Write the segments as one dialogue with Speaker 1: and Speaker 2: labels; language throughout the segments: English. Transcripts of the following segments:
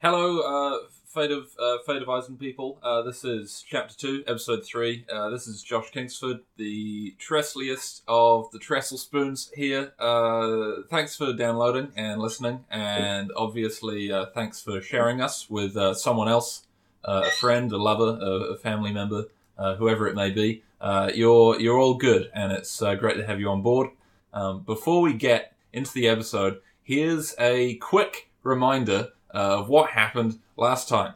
Speaker 1: Hello, uh, Fate of uh, Fate of Eisen people. Uh, this is Chapter Two, Episode Three. Uh, this is Josh Kingsford, the trestliest of the trestle spoons here. Uh, thanks for downloading and listening, and obviously uh, thanks for sharing us with uh, someone else, uh, a friend, a lover, a, a family member, uh, whoever it may be. Uh, you're you're all good, and it's uh, great to have you on board. Um, before we get into the episode, here's a quick reminder uh, of what happened last time.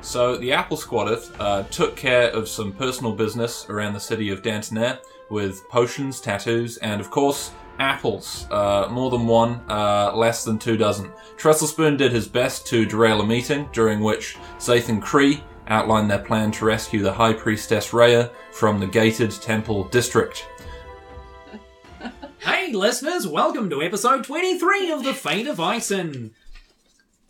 Speaker 1: So the Apple Squadeth uh, took care of some personal business around the city of Dantonere with potions, tattoos, and of course apples. Uh, more than one, uh, less than two dozen. Trestlespoon did his best to derail a meeting during which Zathan Cree outlined their plan to rescue the High Priestess Rhea from the gated temple district.
Speaker 2: Hey, listeners, welcome to episode 23 of The Fate of Ison.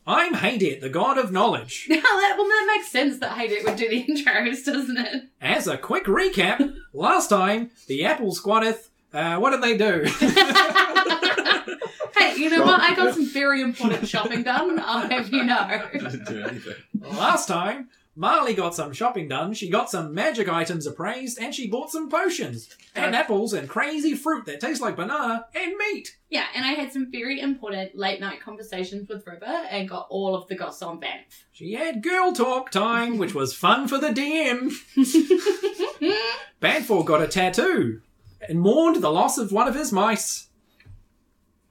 Speaker 2: I'm Haydet, the god of knowledge.
Speaker 3: Now that well, that makes sense that Hayden would do the intros, doesn't it?
Speaker 2: As a quick recap, last time, the Apple Squadeth, uh, what did they do?
Speaker 3: Hey, you know what? I got some very important shopping done. I'll have you know.
Speaker 2: last time, Marley got some shopping done, she got some magic items appraised, and she bought some potions, and apples, and crazy fruit that tastes like banana, and meat.
Speaker 3: Yeah, and I had some very important late night conversations with River and got all of the goss on Banff.
Speaker 2: She had girl talk time, which was fun for the DM. Banfor got a tattoo and mourned the loss of one of his mice.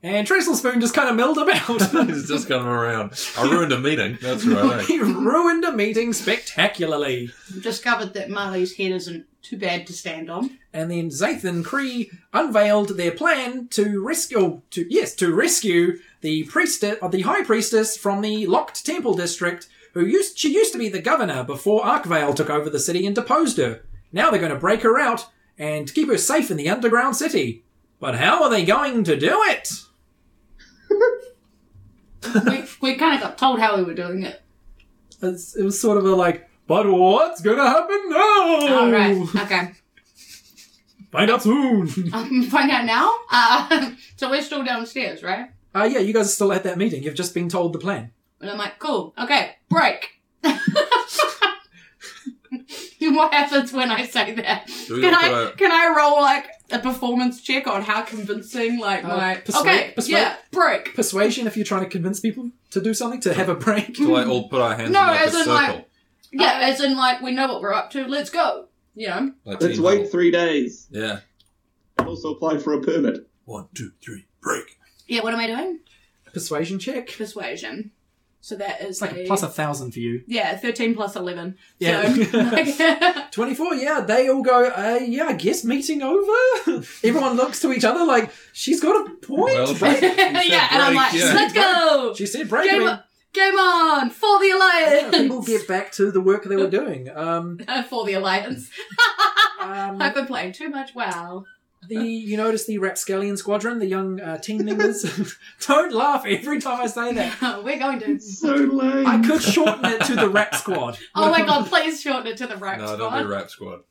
Speaker 2: And Trestlespoon just kind of milled about.
Speaker 4: He's just coming around. I ruined a meeting. That's right. eh?
Speaker 2: he ruined a meeting spectacularly.
Speaker 5: discovered that Marley's head isn't too bad to stand on.
Speaker 2: And then Zathan Cree unveiled their plan to rescue, to, yes, to rescue the priestess, uh, the high priestess from the locked temple district. Who used she used to be the governor before Arkvale took over the city and deposed her. Now they're going to break her out and keep her safe in the underground city. But how are they going to do it?
Speaker 3: We, we kind of got told how we were doing it.
Speaker 2: It's, it was sort of a like, but what's going to happen now?
Speaker 3: All right, okay.
Speaker 2: Find out soon.
Speaker 3: Um, find out now. Uh, so we're still downstairs, right?
Speaker 2: uh, yeah, you guys are still at that meeting. You've just been told the plan.
Speaker 3: And I'm like, cool, okay, break. what happens when I say that?
Speaker 4: Do we
Speaker 3: Can
Speaker 4: all put
Speaker 3: I
Speaker 4: a-
Speaker 3: can I roll like a performance check on how convincing like
Speaker 2: Uh,
Speaker 3: my
Speaker 2: persuade-
Speaker 3: okay
Speaker 2: persuade-
Speaker 3: yeah break?
Speaker 2: Persuasion if you're trying to convince people to do something, to have a break.
Speaker 4: Do I all put our hands
Speaker 3: No,
Speaker 4: in like
Speaker 3: as
Speaker 4: a
Speaker 3: in,
Speaker 4: circle?
Speaker 3: like-
Speaker 4: Like,
Speaker 3: Yeah, as in like we know what we're up to. Let's go. You know.
Speaker 6: Let's
Speaker 4: team
Speaker 6: wait
Speaker 4: huddle.
Speaker 6: three days
Speaker 4: Yeah.
Speaker 6: and also apply for a permit.
Speaker 4: One, two, three, break.
Speaker 3: Yeah. What am I doing?
Speaker 2: Persuasion check.
Speaker 3: Persuasion. So that
Speaker 2: It's
Speaker 3: is
Speaker 2: like plus a thousand for you.
Speaker 3: yeah thirteen plus eleven.
Speaker 2: Yeah.
Speaker 3: So, like,
Speaker 2: 24, yeah, they all go, uh, yeah, I guess meeting over? Everyone looks to each other like, she's got a point.
Speaker 4: Well,
Speaker 2: but-
Speaker 4: she-
Speaker 3: yeah, and I'm
Speaker 4: break,
Speaker 3: like
Speaker 4: yeah.
Speaker 3: let's go.
Speaker 2: she said break. I
Speaker 3: Game,
Speaker 2: mean,
Speaker 3: on, game on for the
Speaker 2: yeah,
Speaker 3: alliance.
Speaker 2: people get back to the work they were doing. Um,
Speaker 3: for the alliance.
Speaker 2: um,
Speaker 3: I've been playing too much. Wow.
Speaker 2: The you notice the Rapscallion squadron, the young uh, team members. Don't laugh every time I say that.
Speaker 3: We're going to.
Speaker 6: It's so lame.
Speaker 2: I could shorten it to the Rap Squad.
Speaker 3: Oh my god! Please shorten it to the right
Speaker 4: No,
Speaker 3: spot.
Speaker 4: don't do rap squad.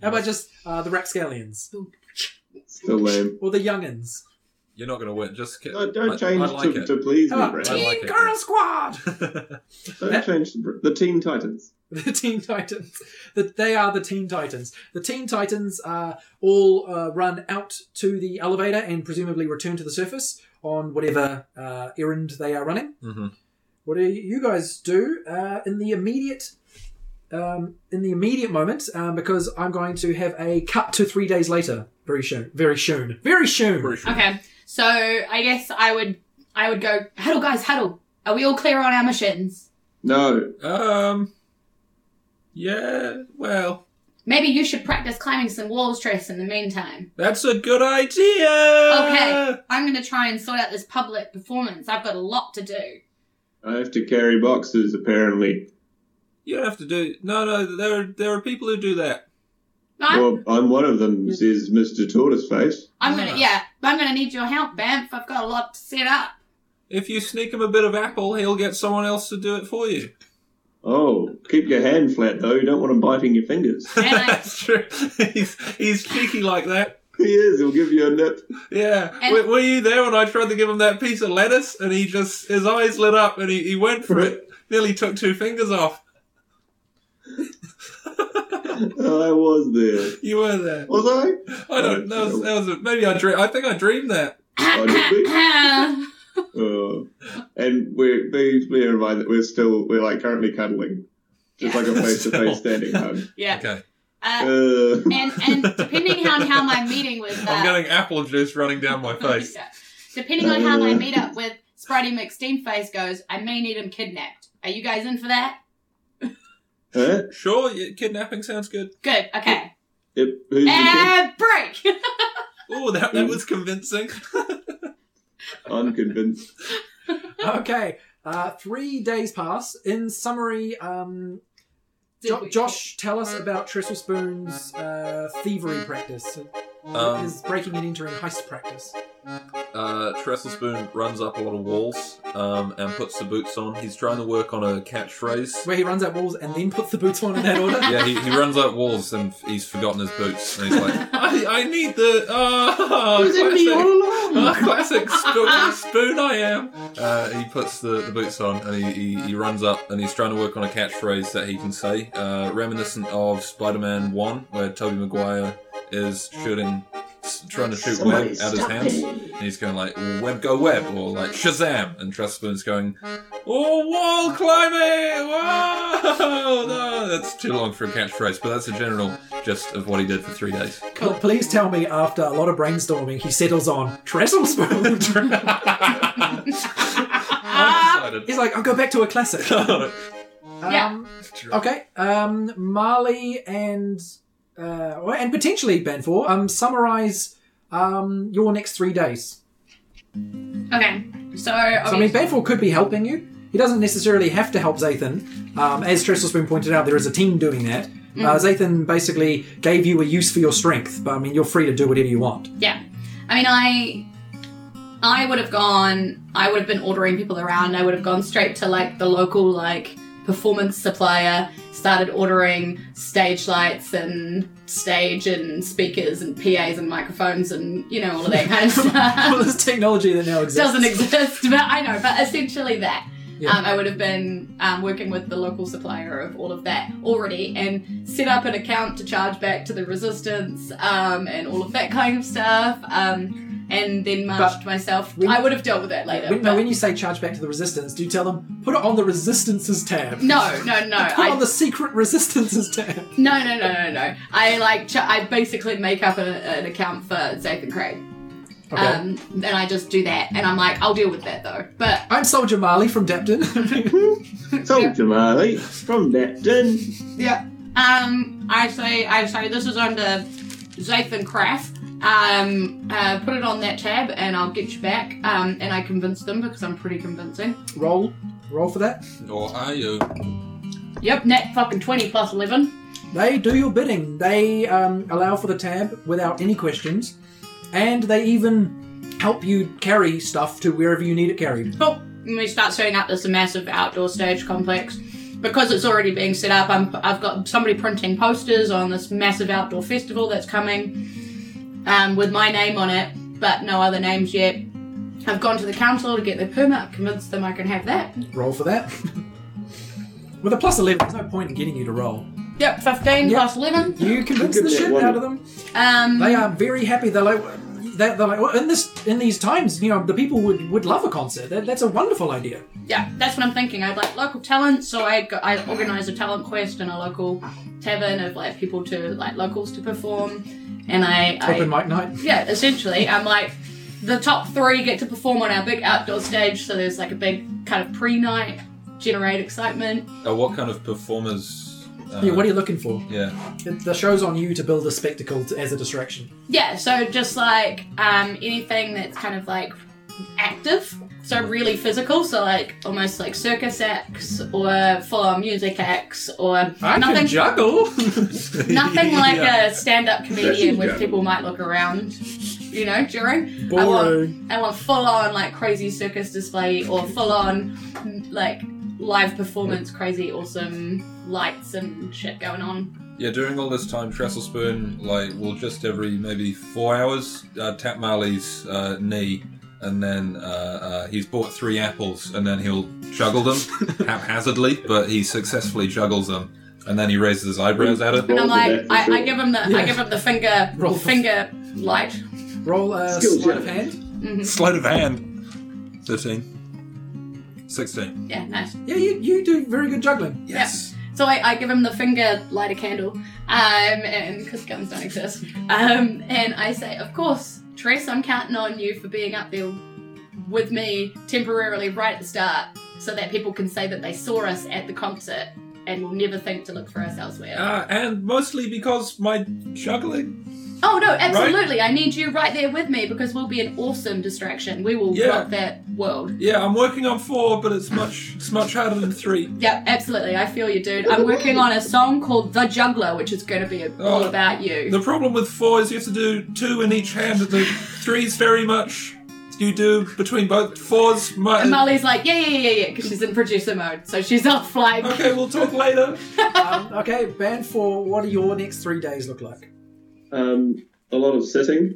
Speaker 2: How about just uh, the Rapscallions
Speaker 6: so lame.
Speaker 2: or the Youngins?
Speaker 4: You're not going to win. Just ki-
Speaker 6: No,
Speaker 4: I-
Speaker 6: don't change
Speaker 4: I like
Speaker 6: to,
Speaker 4: it. Ah,
Speaker 6: to please
Speaker 2: How
Speaker 6: me,
Speaker 2: about
Speaker 6: Brad.
Speaker 2: Teen
Speaker 4: like it,
Speaker 2: Girl
Speaker 4: yeah.
Speaker 2: Ah, Squad?
Speaker 6: Don't change to, br- the Teen Titans.
Speaker 2: The Teen Titans. The, they are the Teen Titans. The Teen Titans uh, all uh, run out to the elevator and presumably return to the surface on whatever uh, errand they are running.
Speaker 4: Mhm.
Speaker 2: What do you guys do uh, in the immediate um, in the immediate moment? Um, because I'm going to have a cut to three days later. Very soon. Very soon. Very soon.
Speaker 4: Pretty sure.
Speaker 3: Okay, so I guess I would I would go huddle, guys, huddle. Are we all clear on our missions?
Speaker 6: No.
Speaker 4: Um. Yeah. Well,
Speaker 3: Maybe you should practice climbing some walls, Tress. In the meantime,
Speaker 4: that's a good idea.
Speaker 3: okay, I'm gonna try and sort out this public performance. I've got a lot to do.
Speaker 6: I have to carry boxes, apparently.
Speaker 4: You don't have to do. No, no. There, are, there are people who do that.
Speaker 3: I'm,
Speaker 6: well, I'm one of them, says Mr. Tortoiseface.
Speaker 3: I'm gonna yeah, I'm gonna need your help, Bamf. I've got a lot to set up.
Speaker 4: If you sneak him a bit of apple, he'll get someone else to do it for you.
Speaker 6: Oh, keep your hand flat, though. You don't want him biting your fingers.
Speaker 3: And I,
Speaker 4: That's true. He's, he's cheeky like that.
Speaker 6: He is. He'll give you a nip.
Speaker 4: Yeah.
Speaker 3: And-
Speaker 4: were, were you there when I tried to give him that piece of lettuce and he just, his eyes lit up and he, he went for it, nearly took two fingers off.
Speaker 6: I was there.
Speaker 4: You were there.
Speaker 6: Was I?
Speaker 4: I don't know. That was, that was a, maybe I dream. I think I dreamed that.
Speaker 6: Uh, and we're please bear in mind that we're still we're like currently cuddling, just like a face to face standing hug.
Speaker 3: yeah.
Speaker 4: Okay.
Speaker 3: Uh,
Speaker 6: Uh,
Speaker 3: and and depending on how my meeting with uh,
Speaker 4: I'm getting apple juice running down my face.
Speaker 3: Yeah. Depending on how my meetup with Spritey McSteamface goes, I may need him kidnapped. Are you guys in for that?
Speaker 6: huh?
Speaker 4: Sure, yeah, kidnapping sounds good.
Speaker 3: Good. Okay.
Speaker 6: Yep, who's the kid?
Speaker 3: And break.
Speaker 4: Oh, that, that was convincing.
Speaker 6: I'm convinced.
Speaker 2: okay. Uh, three days pass. In summary, um, Jo- Josh, tell us about Trestle Spoon's uh, thievery practice.
Speaker 1: Um,
Speaker 2: His breaking and entering heist practice.
Speaker 1: Uh, Trestle Spoon runs up a lot of walls um, and puts the boots on. He's trying to work on a catchphrase.
Speaker 2: Where he runs out walls and then puts the boots on in that order.
Speaker 1: Yeah, he, he runs up walls and f- he's forgotten his boots. And he's like,
Speaker 4: I, I need the. Oh,
Speaker 5: was in me all along.
Speaker 4: classic, oh, classic spoon, spoon I am.
Speaker 1: uh, he puts the, the boots on and he, he, he runs up and he's trying to work on a catchphrase that he can say, uh, reminiscent of Spider Man 1, where Tobey Maguire is shooting, s- trying to shoot web
Speaker 5: Somebody
Speaker 1: out his
Speaker 5: stop
Speaker 1: hands.
Speaker 5: it.
Speaker 1: And he's going like, web go web, or like, Shazam! And Trestle Spoon's going,
Speaker 4: Oh, wall climbing! Whoa! No, that's
Speaker 1: That's too long for a catchphrase, but that's a general gist of what he did for three days.
Speaker 2: Cool. Please tell me after a lot of brainstorming, he settles on Trestle Spoon.
Speaker 1: I'm
Speaker 2: He's like, I'll go back to a classic.
Speaker 1: excited.
Speaker 3: Yeah.
Speaker 2: Um, okay. Um, Marley and uh, well, and potentially Banfor. Um, summarize um your next three days.
Speaker 3: Okay. So,
Speaker 2: So I mean, Banfor could be helping you. He doesn't necessarily have to help Zathan. Um, as Trestlespoon pointed out, there is a team doing that.
Speaker 3: Mm.
Speaker 2: Uh, Zathan basically gave you a use for your strength, but I mean, you're free to do whatever you want.
Speaker 3: yeah. I mean, I I would have gone. I would have been ordering people around. I would have gone straight to like the local like performance supplier. Started ordering stage lights and stage and speakers and PAs and microphones and you know all of that kind of stuff.
Speaker 2: All this technology that now exists.
Speaker 3: doesn't exist, but I know. But essentially, that
Speaker 2: Yeah.
Speaker 3: um, I would have been um, working with the local supplier of all of that already, and set up an account to charge back to the resistance um, and all of that kind of stuff. Um, and then marched myself.
Speaker 2: when-
Speaker 3: I would have dealt with that later.
Speaker 2: When,
Speaker 3: but
Speaker 2: no, when you say charge back to the resistance, do you tell them put it on the resistances tab?
Speaker 3: no, no, no.
Speaker 2: Put it
Speaker 3: I,
Speaker 2: on the secret resistances tab.
Speaker 3: no, no, no, no, no. I like. Ch- I basically make up an, an account for Zathan Craig.
Speaker 2: Okay.
Speaker 3: Um, and I just do that, and I'm like, I'll deal with that though. But
Speaker 2: I'm Soldier Marley from Depton.
Speaker 6: Soldier Marley from Dapton.
Speaker 3: Yeah.
Speaker 5: Um, I say, I say, this is under Zathan Craft.
Speaker 3: Um, uh, put it on that tab and I'll get you back. Um, and I convince them because I'm pretty convincing.
Speaker 2: roll, roll for that.
Speaker 1: Or are you?
Speaker 3: Yep, net fucking 20 plus 11.
Speaker 2: They do your bidding. They um, allow for the tab without any questions, and they even help you carry stuff to wherever you need it carried.
Speaker 3: Cool. And we Oh, start setting up this massive outdoor stage complex. Because it's already being set up, I'm, I've got somebody printing posters on this massive outdoor festival that's coming um, with my name on it, but no other names yet. I've gone to the council to get the permit, I've convinced them I can have that.
Speaker 2: Roll for that. With a plus eleven, there's no point in getting you to roll.
Speaker 3: Yep, 15
Speaker 2: Yep.
Speaker 3: plus 11.
Speaker 2: You convince
Speaker 6: Give
Speaker 2: the
Speaker 6: me
Speaker 2: shit
Speaker 6: one.
Speaker 2: out of them.
Speaker 3: Um,
Speaker 2: They are very happy. They're like, they're, they're like, well, in this in these times, you know, the people would would love a concert. That, that's a wonderful idea.
Speaker 3: yeah, that's what I'm thinking. I'd like local talent, so I go, I organise a talent quest in a local tavern of like people to like locals to perform, and I, I
Speaker 2: Open mic night.
Speaker 3: yeah, essentially I'm like the top three get to perform on our big outdoor stage, so there's like a big kind of pre night generate excitement.
Speaker 1: Uh, what kind of performers? Uh,
Speaker 2: Yeah, what are you looking for?
Speaker 1: yeah.
Speaker 2: The- The show's on you to build a spectacle to, as a distraction.
Speaker 3: Yeah, so just like um, anything that's kind of like active, so really physical, so like almost like circus acts or full on music acts or nothing.
Speaker 2: juggle.
Speaker 3: Nothing like
Speaker 4: Yeah.
Speaker 3: a stand-up comedian where people might look around, you know, during. I want,
Speaker 2: Boring.
Speaker 3: I want full-on like crazy circus display or full-on like live performance, crazy awesome lights and shit going on.
Speaker 1: Yeah, during all this time, Trestle Spoon, like, will just every maybe four hours uh, tap Marley's uh, knee, and then uh, uh, he's bought three apples, and then he'll juggle them haphazardly, but he successfully juggles them, and then he raises his eyebrows at it.
Speaker 3: And I'm
Speaker 6: Roll the
Speaker 3: like,
Speaker 6: death for
Speaker 3: I, I
Speaker 6: sure.
Speaker 3: give him the, I give him the finger,
Speaker 2: Roll.
Speaker 3: finger light. Mm-hmm.
Speaker 2: Roll a
Speaker 6: Skill
Speaker 2: sleight
Speaker 6: check.
Speaker 2: of hand.
Speaker 1: Sleight of hand. 13. 16.
Speaker 3: Yeah, nice.
Speaker 2: Yeah, you, you do very good juggling.
Speaker 1: Yes.
Speaker 3: So I, I give him the finger, light a candle, um, and because guns don't exist, um, and I say, of course, Therese, I'm counting on you for being up there with me temporarily right at the start, so that people can say that they saw us at the concert and will never think to look for us elsewhere.
Speaker 1: Uh, and mostly because my juggling.
Speaker 3: oh no, absolutely! I need you right there with me because we'll be an awesome distraction. We will
Speaker 1: Yeah.
Speaker 3: rock that world.
Speaker 1: Yeah, I'm working on four, but it's much it's much harder than three.
Speaker 3: Yeah, absolutely. I feel you, dude. I'm working on a song called "The Juggler," which is going to be all
Speaker 1: Oh.
Speaker 3: about you.
Speaker 1: The problem with four is you have to do two in each hand. The three's very much you do between both fours. Mu-
Speaker 3: And Molly's like, yeah, yeah, yeah, yeah, because she's in producer mode, so she's off like.
Speaker 1: okay, we'll talk later.
Speaker 2: um, okay, band four, what do your next three days look like?
Speaker 6: Um, a lot of sitting.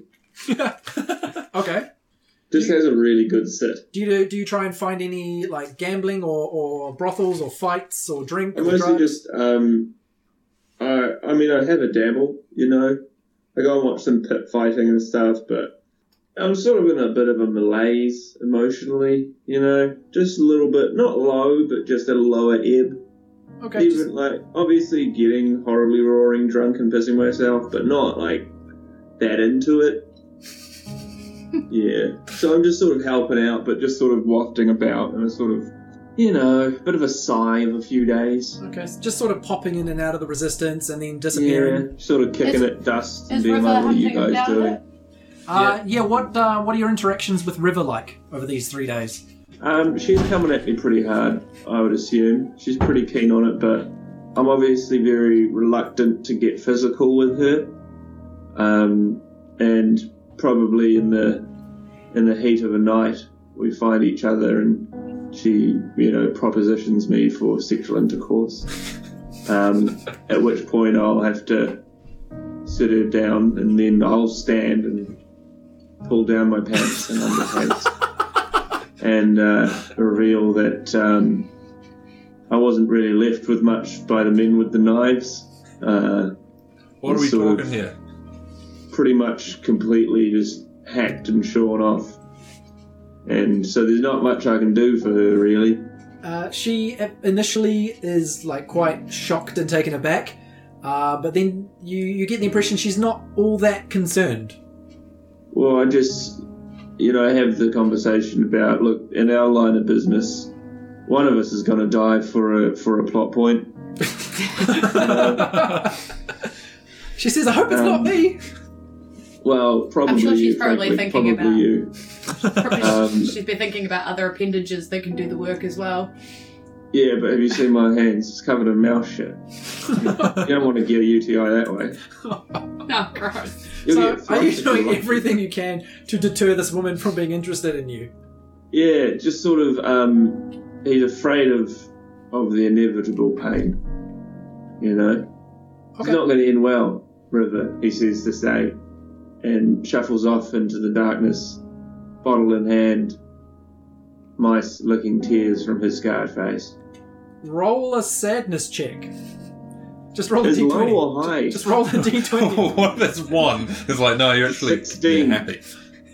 Speaker 2: Okay.
Speaker 6: Just has a really good sit.
Speaker 2: Do you do, you try and find any like gambling or, or brothels or fights or drink?
Speaker 6: I
Speaker 2: or
Speaker 6: mostly
Speaker 2: drugs?
Speaker 6: just, um, I, I mean, I have a dabble, you know. I go and watch some pit fighting and stuff, but I'm sort of in a bit of a malaise emotionally, you know. Just a little bit, not low, but just at a lower ebb.
Speaker 2: okay.
Speaker 6: Even
Speaker 2: just-
Speaker 6: like, obviously getting horribly roaring drunk and pissing myself, but not like that into it. yeah. So I'm just sort of helping out, but just sort of wafting about and a sort of, you know, bit of a sigh of a few days.
Speaker 2: okay, so just sort of popping in and out of the resistance and then disappearing.
Speaker 6: Yeah, sort of kicking
Speaker 5: Is-
Speaker 6: at dust and
Speaker 5: is
Speaker 6: being
Speaker 5: River
Speaker 6: like, what are you
Speaker 5: hunting
Speaker 6: guys
Speaker 5: down
Speaker 6: doing?
Speaker 5: it?
Speaker 2: Uh, yeah. What uh, what are your interactions with River like over these three days?
Speaker 6: Um, she's coming at me pretty hard, I would assume. She's pretty keen on it, but I'm obviously very reluctant to get physical with her. Um, and probably in the in the heat of a night, we find each other, and she, you know, propositions me for sexual intercourse. Um, at which point, I'll have to sit her down, and then I'll stand and pull down my pants and underpants and uh, reveal that um, I wasn't really left with much by the men with the knives. Uh,
Speaker 1: What are we
Speaker 6: Sort of.
Speaker 1: talking here?
Speaker 6: pretty much completely just hacked and shorn off. And so there's not much I can do for her, really.
Speaker 2: Uh, she i- initially is like quite shocked and taken aback, uh, but then you you get the impression she's not all that concerned.
Speaker 6: Well, I just, you know, have the conversation about look, in our line of business, one of us is going to die for a for a plot point.
Speaker 2: She says, "I hope it's
Speaker 6: Um,
Speaker 2: not me."
Speaker 6: Well, probably
Speaker 3: sure
Speaker 6: you,
Speaker 3: she's probably
Speaker 6: frankly,
Speaker 3: thinking
Speaker 6: probably
Speaker 3: about-
Speaker 6: you.
Speaker 3: Probably
Speaker 6: Um,
Speaker 3: she's been thinking about other appendages that can do the work as well.
Speaker 6: Yeah, but have you seen my hands? It's covered in mouse shit. you don't want to get a UTI that way.
Speaker 3: No, gross.
Speaker 6: You'll
Speaker 2: so,
Speaker 6: get
Speaker 2: are you
Speaker 6: thrusts if
Speaker 2: doing
Speaker 6: lucky.
Speaker 2: everything you can to deter this woman from being interested in you?
Speaker 6: Yeah, just sort of. Um, he's afraid of of the inevitable pain. You know, it's
Speaker 2: Okay.
Speaker 6: not going to end well, River. He says to say, and shuffles off into the darkness, bottle in hand, mice licking tears from his scarred face.
Speaker 2: Roll a sadness check. Just roll a
Speaker 6: Is
Speaker 2: d20.
Speaker 6: low or high?
Speaker 2: Just roll a d20.
Speaker 6: Oh.
Speaker 1: what if that's one? It's like, no, you're actually
Speaker 6: Sixteen.
Speaker 1: you're happy.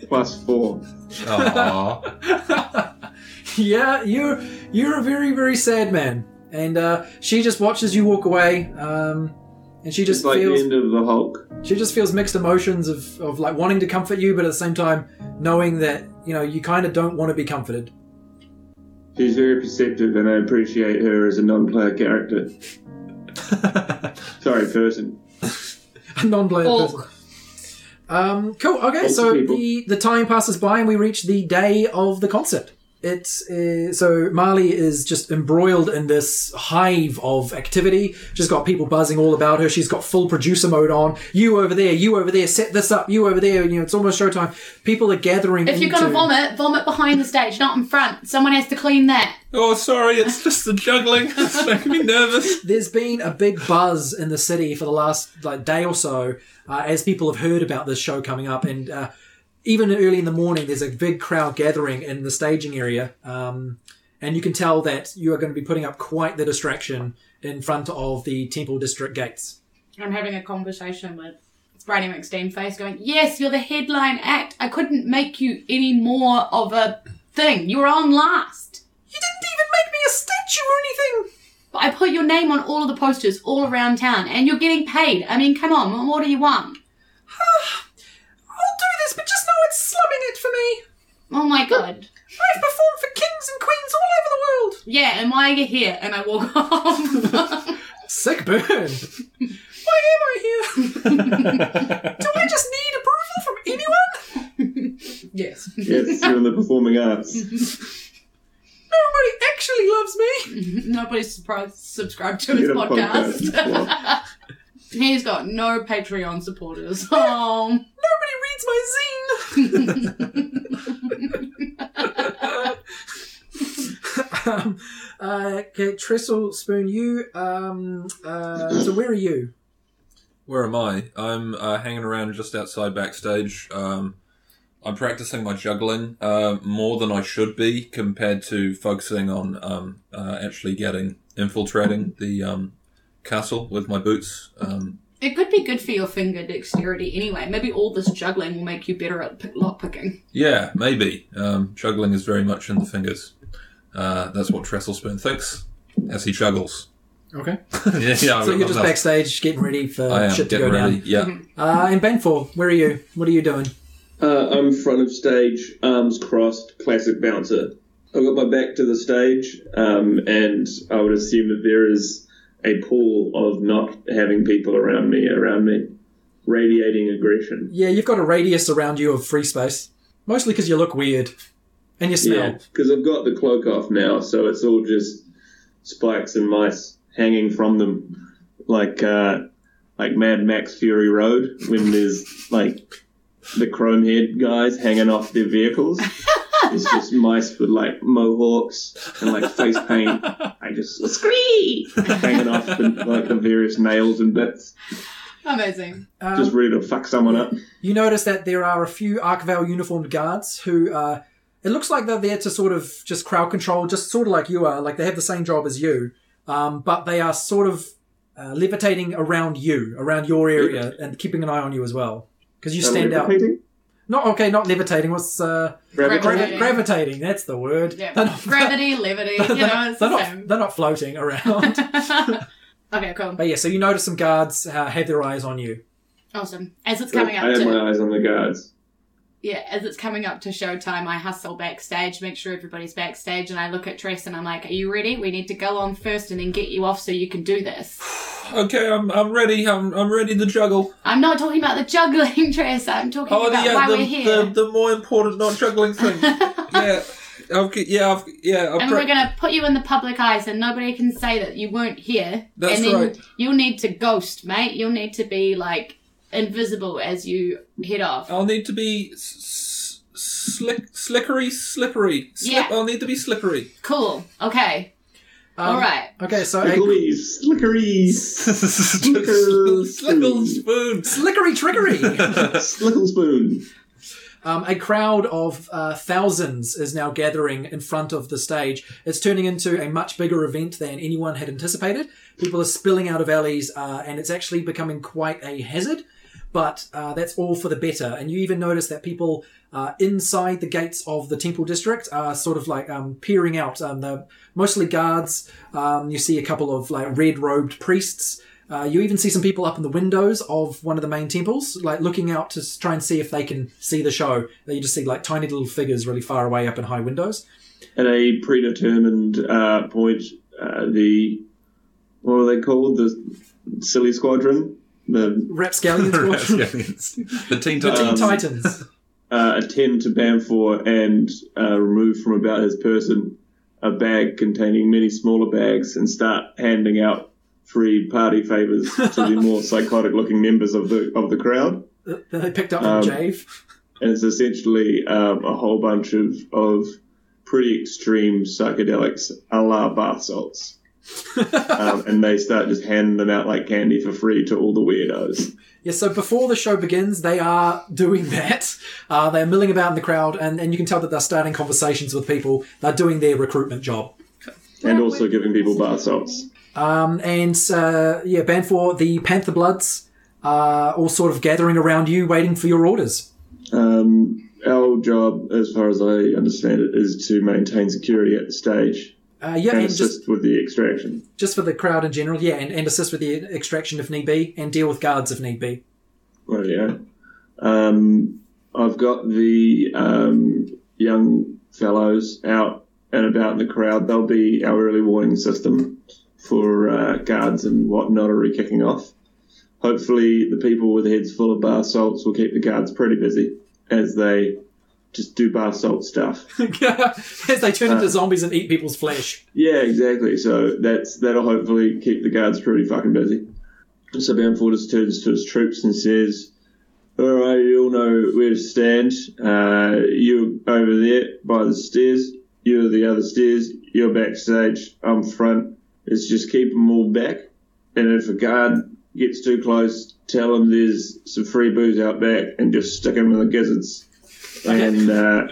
Speaker 6: Plus four.
Speaker 1: Aww.
Speaker 2: yeah, you're you're a very very sad man, and uh, she just watches you walk away, um, and she
Speaker 6: Just
Speaker 2: just
Speaker 6: like
Speaker 2: feels
Speaker 6: the end of the Hulk.
Speaker 2: she just feels mixed emotions of, of like wanting to comfort you, but at the same time knowing that you know you kind of don't want to be comforted.
Speaker 6: She's very perceptive, and I appreciate her as a non-player character. Sorry, person.
Speaker 2: Non-player
Speaker 3: Or-
Speaker 2: person. Um, cool. Okay,
Speaker 6: Lots
Speaker 2: so
Speaker 6: of people.
Speaker 2: the, the time passes by and we reach the day of the concert. It's uh, so Marley is just embroiled in this hive of activity. She's got people buzzing all about her. She's got full producer mode on. You over there, you over there, set this up. You over there. You know, it's almost showtime. People are gathering.
Speaker 3: If you're
Speaker 2: into-
Speaker 3: gonna vomit, vomit behind the stage, not in front. Someone has to clean that.
Speaker 4: Oh, sorry, it's just the juggling. It's making me nervous.
Speaker 2: There's been a big buzz in the city for the last like day or so, uh, as people have heard about this show coming up, and uh, even early in the morning, there's a big crowd gathering in the staging area, um, and you can tell that you are going to be putting up quite the distraction in front of the Temple District gates.
Speaker 3: I'm having a conversation with Brady McSteen face going, Yes, you're the headline act. I couldn't make you any more of a thing. You were on last.
Speaker 2: You didn't even make me a statue or anything.
Speaker 3: But I put your name on all of the posters all around town and you're getting paid. I mean, come on, what more do you want?
Speaker 2: I'll do this, but just know it's slumming it for me.
Speaker 3: Oh my god.
Speaker 2: I've performed for kings and queens all over the world.
Speaker 3: Yeah, and why are you here? And I walk off.
Speaker 2: Sick burn. Why am I here? Do I just need approval from anyone?
Speaker 3: yes.
Speaker 6: Yes, you're in the performing arts.
Speaker 2: Nobody actually loves me.
Speaker 3: Nobody's surprised subscribed to
Speaker 6: You
Speaker 3: his
Speaker 6: get a
Speaker 3: podcast.
Speaker 6: podcast.
Speaker 3: He's got no Patreon supporters. Oh.
Speaker 2: Nobody reads my zine. um, uh, okay, Trestle Spoon, you. Um, uh, so where are you?
Speaker 1: Where am I? I'm uh, hanging around just outside backstage. Um, I'm practicing my juggling uh, more than I should be compared to focusing on um, uh, actually getting infiltrating the um, castle with my boots. Um,
Speaker 3: It could be good for your finger dexterity anyway. Maybe all this juggling will make you better at pick- lockpicking.
Speaker 1: yeah, maybe um, juggling is very much in the fingers. Uh, that's what Trestlespoon thinks as he juggles.
Speaker 2: Okay.
Speaker 1: yeah, yeah.
Speaker 2: So
Speaker 1: I'm-
Speaker 2: you're just
Speaker 1: I'm-
Speaker 2: backstage getting ready for
Speaker 1: I am
Speaker 2: shit to
Speaker 1: getting
Speaker 2: go
Speaker 1: ready.
Speaker 2: down.
Speaker 1: Yeah.
Speaker 2: Uh, and Banfor, where are you? What are you doing?
Speaker 6: Uh, I'm front of stage, arms crossed, classic bouncer. I've got my back to the stage, um, and I would assume that there is a pool of not having people around me, around me, radiating aggression.
Speaker 2: Yeah, you've got a radius around you of free space, mostly because you look weird and you smell.
Speaker 6: Yeah, because I've got the cloak off now, so it's all just spikes and mice hanging from them, like uh, like Mad Max Fury Road when there's like the chrome head guys hanging off their vehicles. It's just mice with like mohawks and like face paint. I just scree hanging off the, like the various nails and bits,
Speaker 3: Amazing.
Speaker 2: Um,
Speaker 6: just ready to fuck someone up.
Speaker 2: You notice that there are a few Arkvale uniformed guards who, uh, it looks like they're there to sort of just crowd control, just sort of like you are, like they have the same job as you, um, but they are sort of uh, levitating around you, around your area, and keeping an eye on you as well. Because you stand out.
Speaker 6: Levitating?
Speaker 2: Not okay, not levitating. What's uh,
Speaker 6: Gravitating?
Speaker 2: gravi- gravitating? That's the word.
Speaker 3: Yeah.
Speaker 2: They're not,
Speaker 3: Gravity, levity, you
Speaker 2: they're
Speaker 3: know,
Speaker 2: not-
Speaker 3: it's
Speaker 2: they're
Speaker 3: the
Speaker 2: not, they're not floating around.
Speaker 3: same. okay, cool.
Speaker 2: but yeah, so you notice some guards uh, have their eyes on you.
Speaker 3: Awesome. As it's
Speaker 6: I
Speaker 3: coming up
Speaker 6: had
Speaker 3: to
Speaker 6: my eyes on the guards.
Speaker 3: yeah, as it's coming up to showtime, I hustle backstage, make sure everybody's backstage, and I look at Tress and I'm like, "Are you ready? We need to go on first and then get you off so you can do this."
Speaker 1: Okay, I'm, I'm ready. I'm, I'm ready to juggle.
Speaker 3: I'm not talking about the juggling, Tress. I'm talking
Speaker 1: Oh, the,
Speaker 3: about
Speaker 1: yeah,
Speaker 3: why
Speaker 1: the,
Speaker 3: we're here.
Speaker 1: The, the more important not juggling thing. yeah, I've, g- yeah, I've, yeah. I've
Speaker 3: and
Speaker 1: pra-
Speaker 3: we're going to put you in the public eye so nobody can say that you weren't here.
Speaker 1: That's
Speaker 3: and then
Speaker 1: right.
Speaker 3: You'll need to ghost, mate. You'll need to be like invisible as you head off.
Speaker 1: I'll need to be s- s- slick, slickery, slippery. Slip,
Speaker 3: Yeah.
Speaker 1: I'll need to be slippery.
Speaker 3: Cool. Okay.
Speaker 2: Um,
Speaker 3: All right.
Speaker 2: Okay, so a
Speaker 6: Slickeries, slickeries,
Speaker 1: Slickle spoon.
Speaker 2: slickery trickery.
Speaker 6: slickle spoon.
Speaker 2: Um, a crowd of uh, thousands is now gathering in front of the stage. It's turning into a much bigger event than anyone had anticipated. People are spilling out of alleys, uh, and it's actually becoming quite a hazard. But uh, that's all for the better. And you even notice that people uh, inside the gates of the temple district are sort of like um, peering out. Um, they're mostly guards. Um, you see a couple of like red robed priests. Uh, you even see some people up in the windows of one of the main temples, like looking out to s- try and see if they can see the show. You just see like tiny little figures really far away up in high windows.
Speaker 6: at a predetermined uh, point, uh, the what were they called? The silly squadron, the
Speaker 2: Rapscallions, watch-
Speaker 1: the Teen
Speaker 2: the Teen
Speaker 1: Titans.
Speaker 2: Titans.
Speaker 6: uh, attend to Bamfor and uh, remove from about his person a bag containing many smaller bags and start handing out free party favors to the more psychotic-looking members of the of the crowd.
Speaker 2: that they picked up from
Speaker 6: Um,
Speaker 2: Jave.
Speaker 6: and it's essentially um, a whole bunch of of pretty extreme psychedelics a la bar salts. um, and they start just handing them out like candy for free to all the weirdos.
Speaker 2: Yeah, so before the show begins, they are doing that. Uh, they're milling about in the crowd, and, and you can tell that they're starting conversations with people. They're doing their recruitment job.
Speaker 6: And also giving people bar salts.
Speaker 2: Um, and uh, yeah, Banfor, the Panther Bloods are all sort of gathering around you, waiting for your orders.
Speaker 6: Um, our job, as far as I understand it, is to maintain security at the stage
Speaker 2: Uh, yeah,
Speaker 6: and
Speaker 2: and just,
Speaker 6: assist with the extraction.
Speaker 2: just for the crowd in general, yeah, and, and assist with the extraction if need be, and deal with guards if need be.
Speaker 6: Rightio. Um, I've got the um, young fellows out and about in the crowd. They'll be our early warning system for uh, guards and whatnot already kicking off. Hopefully, the people with heads full of bar salts will keep the guards pretty busy as they just do bar salt stuff.
Speaker 2: As they turn into zombies and eat people's flesh.
Speaker 6: Yeah, exactly. So that's that'll hopefully keep the guards pretty fucking busy. So Bamford just turns to his troops and says, "All right, you all know where to stand. Uh, you over there by the stairs. You're the other stairs. You're backstage. I'm front. It's just keep them all back. And if a guard gets too close, tell him there's some free booze out back, and just stick him in the gizzards. And uh,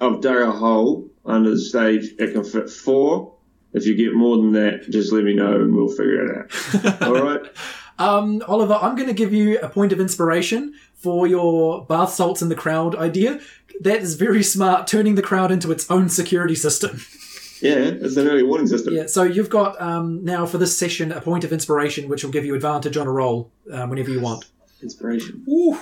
Speaker 6: I've dug a hole under the stage. It can fit four. If you get more than that, just let me know and we'll figure it out. All right.
Speaker 2: Um, Oliver, I'm going to give you a point of inspiration for your bath salts in the crowd idea. That is very smart, turning the crowd into its own security system.
Speaker 6: Yeah, it's an early warning system.
Speaker 2: Yeah, so you've got um, now for this session a point of inspiration, which will give you advantage on a roll um, whenever you want.
Speaker 6: Inspiration.
Speaker 2: Ooh.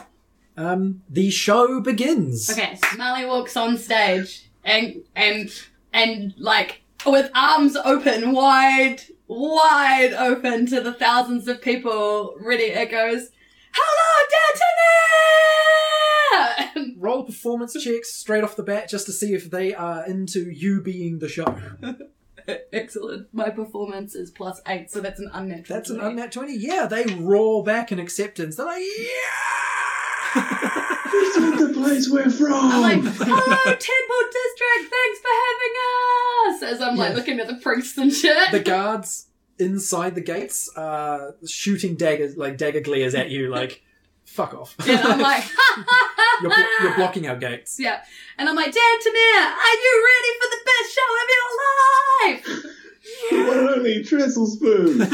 Speaker 2: Um, the show begins.
Speaker 3: Okay, Smiley walks on stage and and and like with arms open, wide, wide open to the thousands of people. Ready? It goes, "Hello, Detonator!"
Speaker 2: Roll performance checks straight off the bat just to see if they are into you being the show.
Speaker 3: Excellent. My performance is plus eight, so that's an unnatural.
Speaker 2: That's an
Speaker 3: 20.
Speaker 2: unnat 20. Yeah, they roar back in acceptance. They're like,
Speaker 6: This is the place we're from.
Speaker 3: I'm like, hello, Temple District, thanks for having us! As I'm like
Speaker 2: Yeah.
Speaker 3: looking at the priests and shit.
Speaker 2: the guards inside the gates are shooting daggers, like dagger glares at you, like, fuck off.
Speaker 3: and I'm like, "Ah!" ha ha ha!
Speaker 2: you're, blo- you're blocking our gates.
Speaker 3: Yeah. And I'm like, Dantamir, are you ready for the best show of your life?
Speaker 6: One and only Trestle Spoon.
Speaker 4: yeah.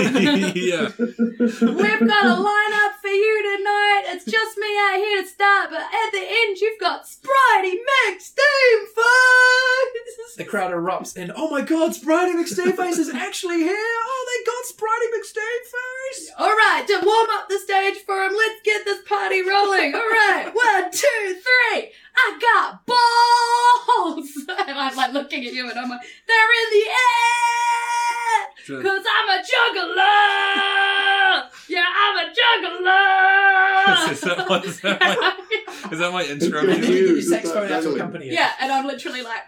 Speaker 3: We've got a lineup for you tonight. It's just me out here to start, but at the end, you've got Spritey Max Steam
Speaker 2: The
Speaker 3: Fuzz.
Speaker 2: crowd erupts and, oh my god, Spritey McSteeface is actually here! Oh, they
Speaker 3: All right, to warm up the stage for him, let's get this party rolling. All right, one, two, three. I got balls. And I'm like looking at you and I'm like, they're in the air. Cause I'm a juggler! Yeah, I'm a
Speaker 4: is,
Speaker 3: juggler!
Speaker 4: that my, is, that my, is that my intro
Speaker 2: got Spritey McSteeface! And then you get your
Speaker 6: It's like
Speaker 2: saxophone out to
Speaker 6: juggling.
Speaker 2: accompany it.
Speaker 3: yeah, and I'm literally like,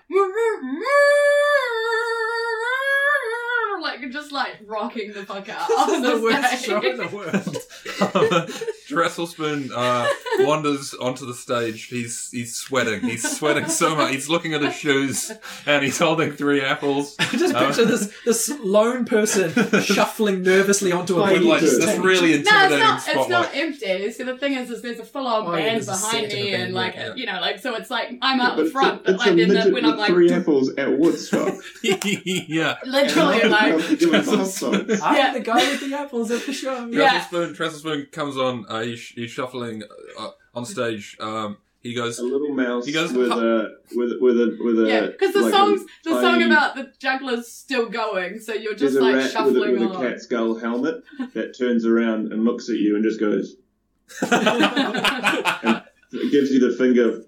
Speaker 3: like just like rocking the fuck out.
Speaker 2: This
Speaker 3: on
Speaker 2: is Oh, the worst show
Speaker 3: stage.
Speaker 2: in the world.
Speaker 4: Dresselspoon uh, wanders onto the stage. He's he's sweating. He's sweating so much. He's looking at his shoes and he's holding three apples.
Speaker 2: Just
Speaker 4: Um,
Speaker 2: picture this this lone person shuffling nervously onto a
Speaker 6: Like,
Speaker 4: with
Speaker 2: big
Speaker 4: like
Speaker 6: Jesus.
Speaker 4: this really
Speaker 3: No, it's
Speaker 4: intimidating
Speaker 3: not. It's
Speaker 4: spotlight.
Speaker 3: not empty. See, the thing is, is there's a full-on
Speaker 2: Oh, yeah,
Speaker 3: band
Speaker 2: there's a
Speaker 3: behind
Speaker 2: set and a
Speaker 3: me,
Speaker 2: band,
Speaker 3: and like,
Speaker 4: yeah.
Speaker 3: you know, like, so it's like I'm out
Speaker 6: But
Speaker 3: the
Speaker 6: it's
Speaker 3: front,
Speaker 6: a,
Speaker 3: but
Speaker 6: it's a
Speaker 3: like, in the,
Speaker 6: midget
Speaker 3: when
Speaker 6: with
Speaker 3: I'm like,
Speaker 6: three apples at Woodstock.
Speaker 4: yeah.
Speaker 3: literally, like,
Speaker 6: Doing bar salts.
Speaker 2: I'm
Speaker 3: Yeah.
Speaker 2: the guy with the apples at the show.
Speaker 3: Yeah.
Speaker 4: Dresselspoon Dresselspoon comes on. Uh, he's, he's shuffling uh, on stage. Um, he goes.
Speaker 6: A little mouse
Speaker 4: He goes,
Speaker 6: with a with a- with a with a
Speaker 3: yeah, because the
Speaker 6: like a-
Speaker 3: song's the song
Speaker 6: tiny-
Speaker 3: about the juggler's still going, so you're
Speaker 6: There's
Speaker 3: just
Speaker 6: a
Speaker 3: like
Speaker 6: rat with a,
Speaker 3: shuffling
Speaker 6: with a
Speaker 3: along.
Speaker 6: cat skull helmet that turns around and looks at you and just goes, it gives you the finger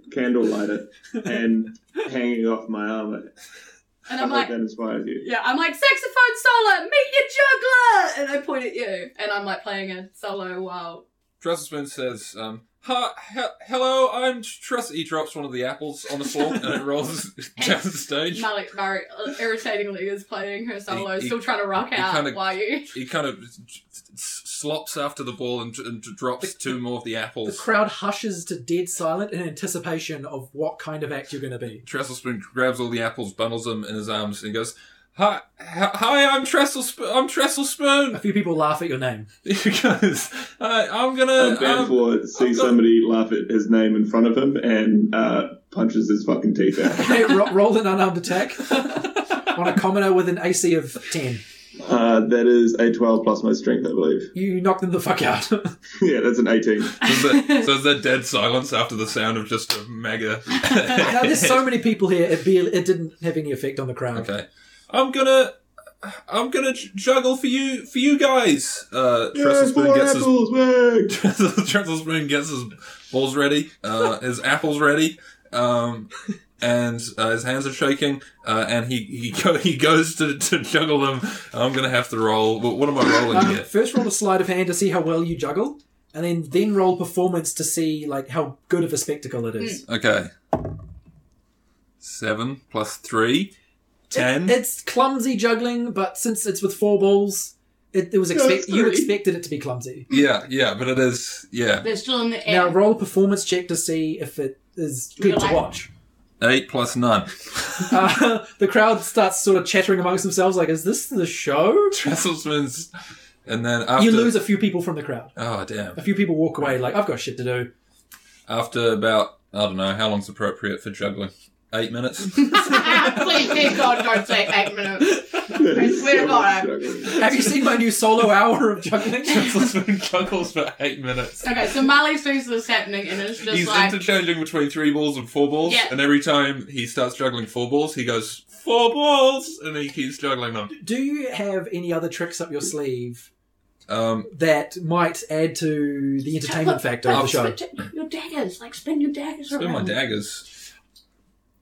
Speaker 6: candle lighter and hanging off my arm.
Speaker 3: And
Speaker 6: I
Speaker 3: I'm
Speaker 6: hope
Speaker 3: like,
Speaker 6: that inspires you.
Speaker 3: yeah, I'm like saxophone solo, meet your juggler, and I point at you, and I'm like playing a solo while
Speaker 4: Dresselspoon says, um,
Speaker 1: Ha, he, hello, I'm Tress. He drops one of the apples on the floor and it rolls down the stage.
Speaker 3: Malik Murray uh, irritatingly is playing her solo,
Speaker 1: He- he-
Speaker 3: still trying to rock
Speaker 1: he
Speaker 3: out
Speaker 1: kinda-
Speaker 3: while you.
Speaker 1: He kind of s- s- slops after the ball and, and drops two more of the
Speaker 2: The
Speaker 1: apples.
Speaker 2: crowd hushes to dead silent in anticipation of what kind of act you're going to be.
Speaker 1: Trestlespoon grabs all the apples, bundles them in his arms, and goes, "Hi, hi, hi, I'm Trestlespoon. I'm
Speaker 2: A
Speaker 1: Trestlespoon."
Speaker 2: few people laugh at your name.
Speaker 1: He goes, "I- "I'm
Speaker 6: I'm
Speaker 1: gonna."
Speaker 6: bad
Speaker 1: um,
Speaker 6: for see
Speaker 1: I've got-
Speaker 6: somebody laugh at his name in front of him and uh, punches his fucking teeth out.
Speaker 2: Okay, ro- roll an unarmed attack on a commoner with an AC of 10.
Speaker 6: Uh, that is a 12 plus my strength, I believe.
Speaker 2: You knock them the fuck out.
Speaker 6: yeah, that's an 18.
Speaker 4: So is, there, so is there dead silence after the sound of just a mega?
Speaker 2: now, there's so many people here, it, barely, it didn't have any effect on the crowd.
Speaker 1: okay, I'm gonna. I'm gonna j- juggle for you, for you guys. Uh, Trestlespoon gets his
Speaker 6: apples,
Speaker 1: Trestle Spoon gets his balls ready, uh, his apples ready, um, and uh, his hands are shaking, uh, and he he, go, he goes to, to juggle them. I'm gonna have to roll. What, what am I rolling
Speaker 2: Um,
Speaker 1: here?
Speaker 2: First, roll a sleight of hand to see how well you juggle, and then then roll performance to see like how good of a spectacle it is.
Speaker 1: Okay, seven plus three, ten.
Speaker 2: It's clumsy juggling, but since it's with four balls, it, it was expect you expected it to be clumsy.
Speaker 1: yeah, yeah, but it is yeah.
Speaker 5: They're still in the
Speaker 2: Now,
Speaker 5: air.
Speaker 2: roll a performance check to see if it is good to
Speaker 5: Real life.
Speaker 2: watch.
Speaker 1: Eight plus nine.
Speaker 2: Uh, the crowd starts sort of chattering amongst themselves, like, "Is this the show?"
Speaker 1: Trestle Spoon's, and then after
Speaker 2: You lose a few people from the crowd.
Speaker 1: oh damn.
Speaker 2: A few people walk away, like, "I've got shit to do."
Speaker 1: After about I don't know how long's appropriate for juggling. Eight minutes.
Speaker 5: Please, dear God, don't say eight minutes.
Speaker 6: That is
Speaker 5: swear to
Speaker 6: so
Speaker 5: God.
Speaker 6: struggling.
Speaker 2: Have you seen my new solo hour of juggling?
Speaker 1: Trestlesman juggles for eight minutes.
Speaker 5: Okay, so Molly sees this happening and it's just
Speaker 1: He's
Speaker 5: like,
Speaker 1: interchanging between three balls and four balls,
Speaker 5: Yeah.
Speaker 1: and every time he starts juggling four balls, he goes four balls, and he keeps juggling them.
Speaker 2: do you have any other tricks up your sleeve
Speaker 1: Um,
Speaker 2: that might add to the entertainment factor of the show.
Speaker 3: Spin- Your daggers, like spin your daggers
Speaker 1: spin my
Speaker 3: around.
Speaker 1: daggers.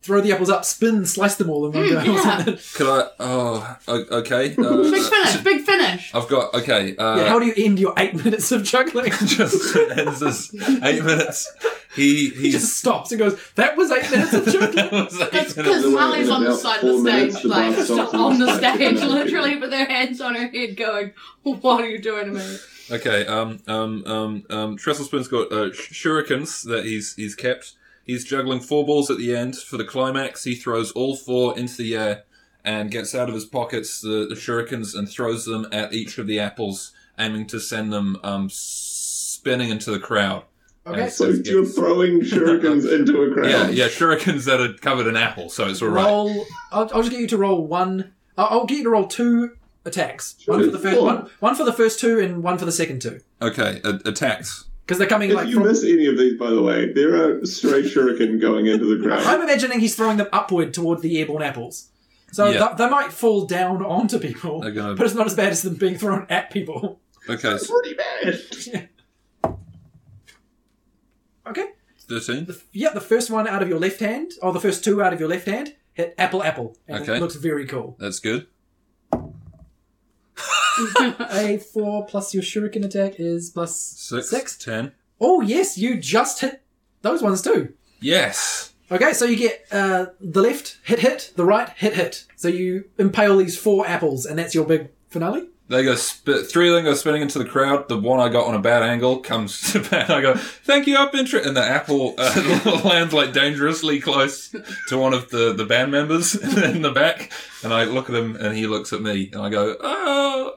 Speaker 2: Throw the apples up, spin, slice them all in one go.
Speaker 5: yeah.
Speaker 1: Could I? Oh, o- okay.
Speaker 5: big
Speaker 1: Uh,
Speaker 5: finish, big finish.
Speaker 1: I've got okay. Uh,
Speaker 2: Yeah, how do you end your eight minutes of juggling?
Speaker 1: just ends this eight minutes. He
Speaker 2: he
Speaker 1: he's.
Speaker 2: just stops and goes, "That was eight minutes of juggling."
Speaker 1: was eight
Speaker 5: It's
Speaker 1: minutes.
Speaker 5: because Molly's on the
Speaker 6: About
Speaker 5: side
Speaker 6: four
Speaker 5: of the
Speaker 6: minutes
Speaker 5: stage,
Speaker 6: to
Speaker 5: like,
Speaker 6: buy
Speaker 5: just
Speaker 6: something.
Speaker 5: on the stage, literally, with her hands on her head, going, What are you doing to me?
Speaker 1: Okay. Um. Um. Um. Um. Trestlespoon's got uh, sh- shurikens that he's he's kept. He's juggling four balls at the end for the climax. He throws all four into the air and gets out of his pockets the, the shurikens and throws them at each of the apples, aiming to send them um spinning into the crowd.
Speaker 2: Okay,
Speaker 6: So you're throwing shurikens into a crowd.
Speaker 1: Yeah. Yeah. Shurikens that are covered in apple, so it's all right.
Speaker 2: roll. I'll, I'll just get you to roll one. I'll, I'll get you to roll two attacks. One for the first
Speaker 6: Sure.
Speaker 2: one, one for the first two, and one for the second two,
Speaker 1: Okay. A- attacks.
Speaker 2: because they're coming
Speaker 6: If
Speaker 2: like
Speaker 6: you
Speaker 2: from.
Speaker 6: miss any of these, by the way, there are straight shuriken going into the crowd.
Speaker 2: I'm imagining he's throwing them upward toward the airborne apples. So
Speaker 1: Yeah.
Speaker 2: th- they might fall down onto people,
Speaker 1: They're gonna-
Speaker 2: but it's not as bad as them being thrown at people.
Speaker 1: Okay.
Speaker 6: That's pretty bad.
Speaker 2: Okay.
Speaker 1: Thirteen.
Speaker 2: Yeah, the first one out of your left hand, or the first two out of your left hand, hit apple apple. And
Speaker 1: Okay.
Speaker 2: It looks very cool.
Speaker 1: That's good.
Speaker 2: A four plus your shuriken attack is plus
Speaker 1: Six.
Speaker 2: six.
Speaker 1: Ten.
Speaker 2: Oh yes, you just hit those ones too.
Speaker 1: Yes.
Speaker 2: Okay, so you get uh, the left hit hit, the right hit hit. So you impale these four apples, and that's your big finale.
Speaker 1: They go sp- three of them go spinning into the crowd. The one I got on a bad angle comes to bat. I go, "Thank you, up intro," and the apple uh, lands like dangerously close to one of the the band members in the back. And I look at him, and he looks at me, and I go, "Oh,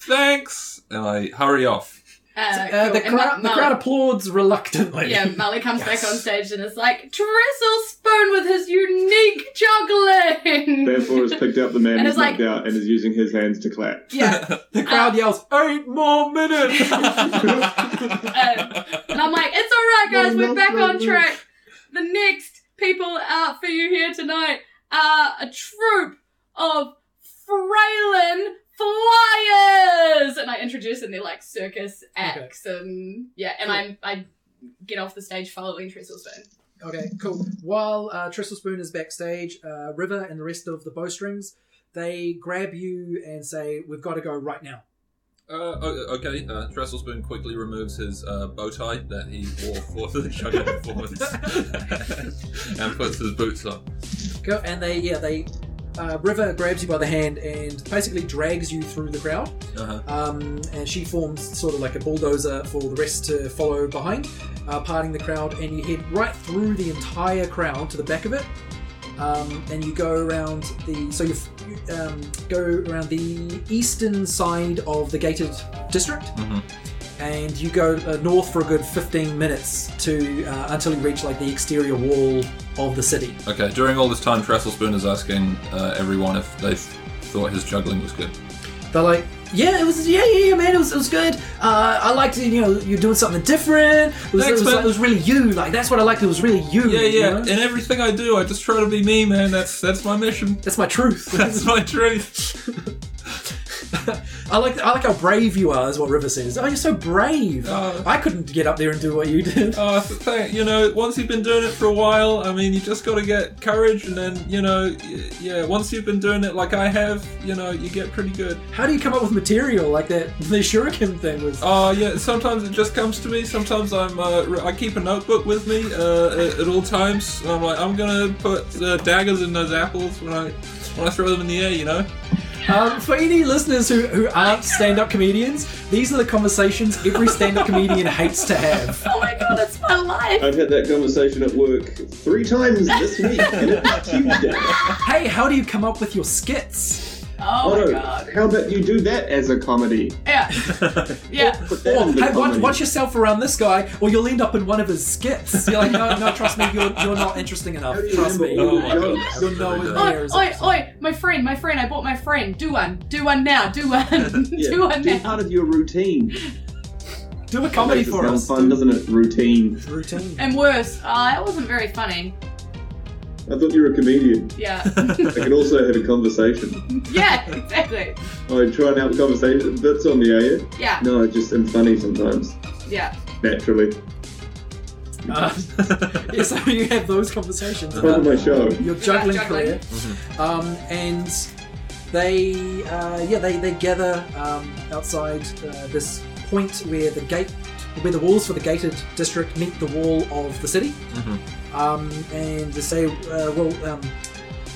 Speaker 1: thanks," and I hurry off.
Speaker 3: Uh,
Speaker 2: Uh,
Speaker 3: cool.
Speaker 2: the,
Speaker 3: And Ma-
Speaker 2: crowd, the
Speaker 3: Malik-
Speaker 2: crowd applauds reluctantly.
Speaker 3: Yeah, Molly comes back on stage and is like, Trestle Spoon with his unique juggling!
Speaker 6: Therefore, has picked up the man
Speaker 3: And
Speaker 6: who's
Speaker 3: it's like-
Speaker 6: knocked out and is using his hands to clap.
Speaker 3: yeah.
Speaker 2: The
Speaker 3: Uh,
Speaker 2: crowd yells, eight more minutes!
Speaker 3: Um, and I'm like, it's alright, guys,
Speaker 6: No,
Speaker 3: we're
Speaker 6: no,
Speaker 3: back
Speaker 6: no,
Speaker 3: on
Speaker 6: no.
Speaker 3: track. The next people out for you here tonight are a troupe of Fraylin Flyers! And I introduce and they're like circus acts and yeah, and I'm, I get off the stage following Trestle Spoon.
Speaker 2: Okay, cool. While uh, Trestle Spoon is backstage, uh, River and the rest of the bowstrings, they grab you and say, "We've got to go right now."
Speaker 1: Uh, o- okay, uh, Tresselspoon quickly removes his uh, bow tie that he wore for the juggling performance and puts his boots on.
Speaker 2: Go, and they, yeah, they. Uh, River grabs you by the hand and basically drags you through the crowd.
Speaker 1: Uh-huh.
Speaker 2: Um, and she forms sort of like a bulldozer for the rest to follow behind, uh, parting the crowd. And you head right through the entire crowd to the back of it. Um, and you go around the so you, f- you um, go around the eastern side of the gated district,
Speaker 1: Mhm.
Speaker 2: and you go uh, north for a good 15 minutes to uh, until you reach like the exterior wall of the city.
Speaker 1: Okay, during all this time, Tresselspoon is asking uh, everyone if they thought his juggling was good.
Speaker 2: They're like, yeah, it was, yeah, yeah, yeah, man, it was, it was good. Uh, I liked, it, you know, you're doing something different. It was,
Speaker 1: Thanks,
Speaker 2: it, was
Speaker 1: man.
Speaker 2: like, it was really you. Like that's what I liked. It was really you.
Speaker 1: Yeah,
Speaker 2: you
Speaker 1: yeah.
Speaker 2: know?
Speaker 1: In everything I do, I just try to be me, man. That's that's my mission.
Speaker 2: That's my truth.
Speaker 1: That's my truth.
Speaker 2: I like, I like how brave you are. Is what River says. Oh, you're so brave.
Speaker 1: Oh.
Speaker 2: I couldn't get up there and do what you did.
Speaker 1: Oh, th- thank, you know, once you've been doing it for a while, I mean, you just got to get courage, and then, you know, y- yeah, once you've been doing it like I have, you know, you get pretty good.
Speaker 2: How do you come up with material like that? The shuriken thing was.
Speaker 1: Oh yeah, sometimes it just comes to me. Sometimes I'm uh, re- I keep a notebook with me uh, at, at all times. I'm like I'm gonna put uh, daggers in those apples when I when I throw them in the air. You know.
Speaker 2: Um, for any listeners who, who aren't stand-up comedians, these are the conversations every stand-up comedian hates to have.
Speaker 3: Oh my god, that's my life.
Speaker 6: I've had that conversation at work three times this week, and it's Tuesday.
Speaker 2: Hey, how do you come up with your skits?
Speaker 3: Oh my
Speaker 6: Otto,
Speaker 3: god.
Speaker 6: how about you do that as a comedy?
Speaker 3: Yeah. Yeah.
Speaker 6: Put that
Speaker 2: Or,
Speaker 6: in the
Speaker 2: hey, watch,
Speaker 6: comedy.
Speaker 2: watch yourself around this guy, or you'll end up in one of his skits. You're like, no, no, trust me, you're, you're not interesting enough.
Speaker 6: How do you
Speaker 2: Trust me.
Speaker 6: remember
Speaker 1: Oh
Speaker 6: all
Speaker 1: my
Speaker 6: the
Speaker 1: God.
Speaker 6: jokes?
Speaker 2: You're nowhere
Speaker 1: Oh,
Speaker 2: near
Speaker 3: Oi,
Speaker 2: as
Speaker 3: oi, oi, my friend, my friend, I bought my friend. Do one, do one now, do one,
Speaker 6: Yeah,
Speaker 3: do one
Speaker 6: do
Speaker 3: now.
Speaker 6: part of your routine.
Speaker 2: Do a comedy
Speaker 6: Makes it
Speaker 2: for
Speaker 6: sound
Speaker 2: us.
Speaker 6: fun, doesn't it? Routine.
Speaker 2: Routine.
Speaker 3: And worse, uh, that wasn't very funny.
Speaker 6: I thought you were a comedian.
Speaker 3: Yeah.
Speaker 6: I can also have a conversation.
Speaker 3: yeah, exactly.
Speaker 6: I try and have a conversation that's on the air.
Speaker 3: Yeah,
Speaker 6: No, I just am funny sometimes,
Speaker 3: yeah.
Speaker 6: naturally.
Speaker 2: Uh, yeah, so you have those conversations.
Speaker 6: Part of my show.
Speaker 2: your juggling,
Speaker 3: Yeah,
Speaker 2: career.
Speaker 3: juggling.
Speaker 6: Mm-hmm.
Speaker 2: Um, and they, uh, yeah, they, they gather um, outside uh, this point where the gate, where the walls for the gated district meet the wall of the city.
Speaker 1: Mm-hmm.
Speaker 2: Um, and they say, uh, well, um,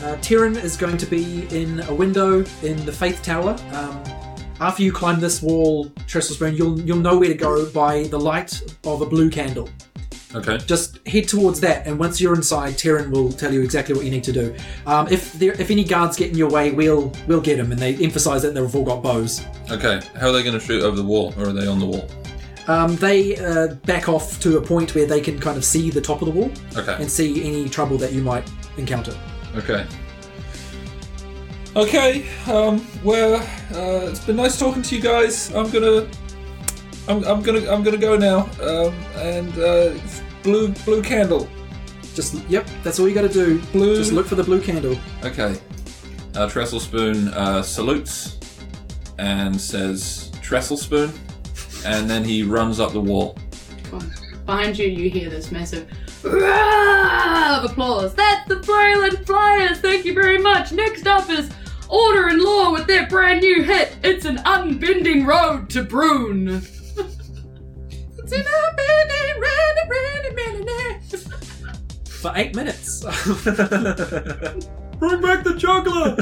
Speaker 2: uh, Tyrion is going to be in a window in the Faith Tower. Um, after you climb this wall, Trestlespoon, you'll you'll know where to go by the light of a blue candle
Speaker 1: Okay.
Speaker 2: just head towards that and once you're inside Terran will tell you exactly what you need to do um, if there if any guards get in your way we'll we'll get them and they emphasize that they've all got bows
Speaker 1: Okay. How are they gonna shoot over the wall, or are they on the wall?
Speaker 2: um, they uh, back off to a point where they can kind of see the top of the wall
Speaker 1: Okay.
Speaker 2: and see any trouble that you might encounter
Speaker 1: Okay. Okay. Um. Well, uh, it's been nice talking to you guys. I'm gonna. I'm, I'm gonna. I'm gonna go now. Um. And uh, blue blue candle.
Speaker 2: just yep that's all you got to do
Speaker 1: Blue.
Speaker 2: just look for the blue candle
Speaker 1: Okay. Uh, Trestle Spoon uh, salutes and says, Trestle Spoon. And then he runs up the wall.
Speaker 3: Behind you, you hear this massive roar of applause. That's the Braylon Flyers. Thank you very much. Next up is Order and Law with their brand new hit. It's an unbending road to Brune. it's an unbending road to Brune.
Speaker 2: for eight minutes
Speaker 1: Bring back the juggler!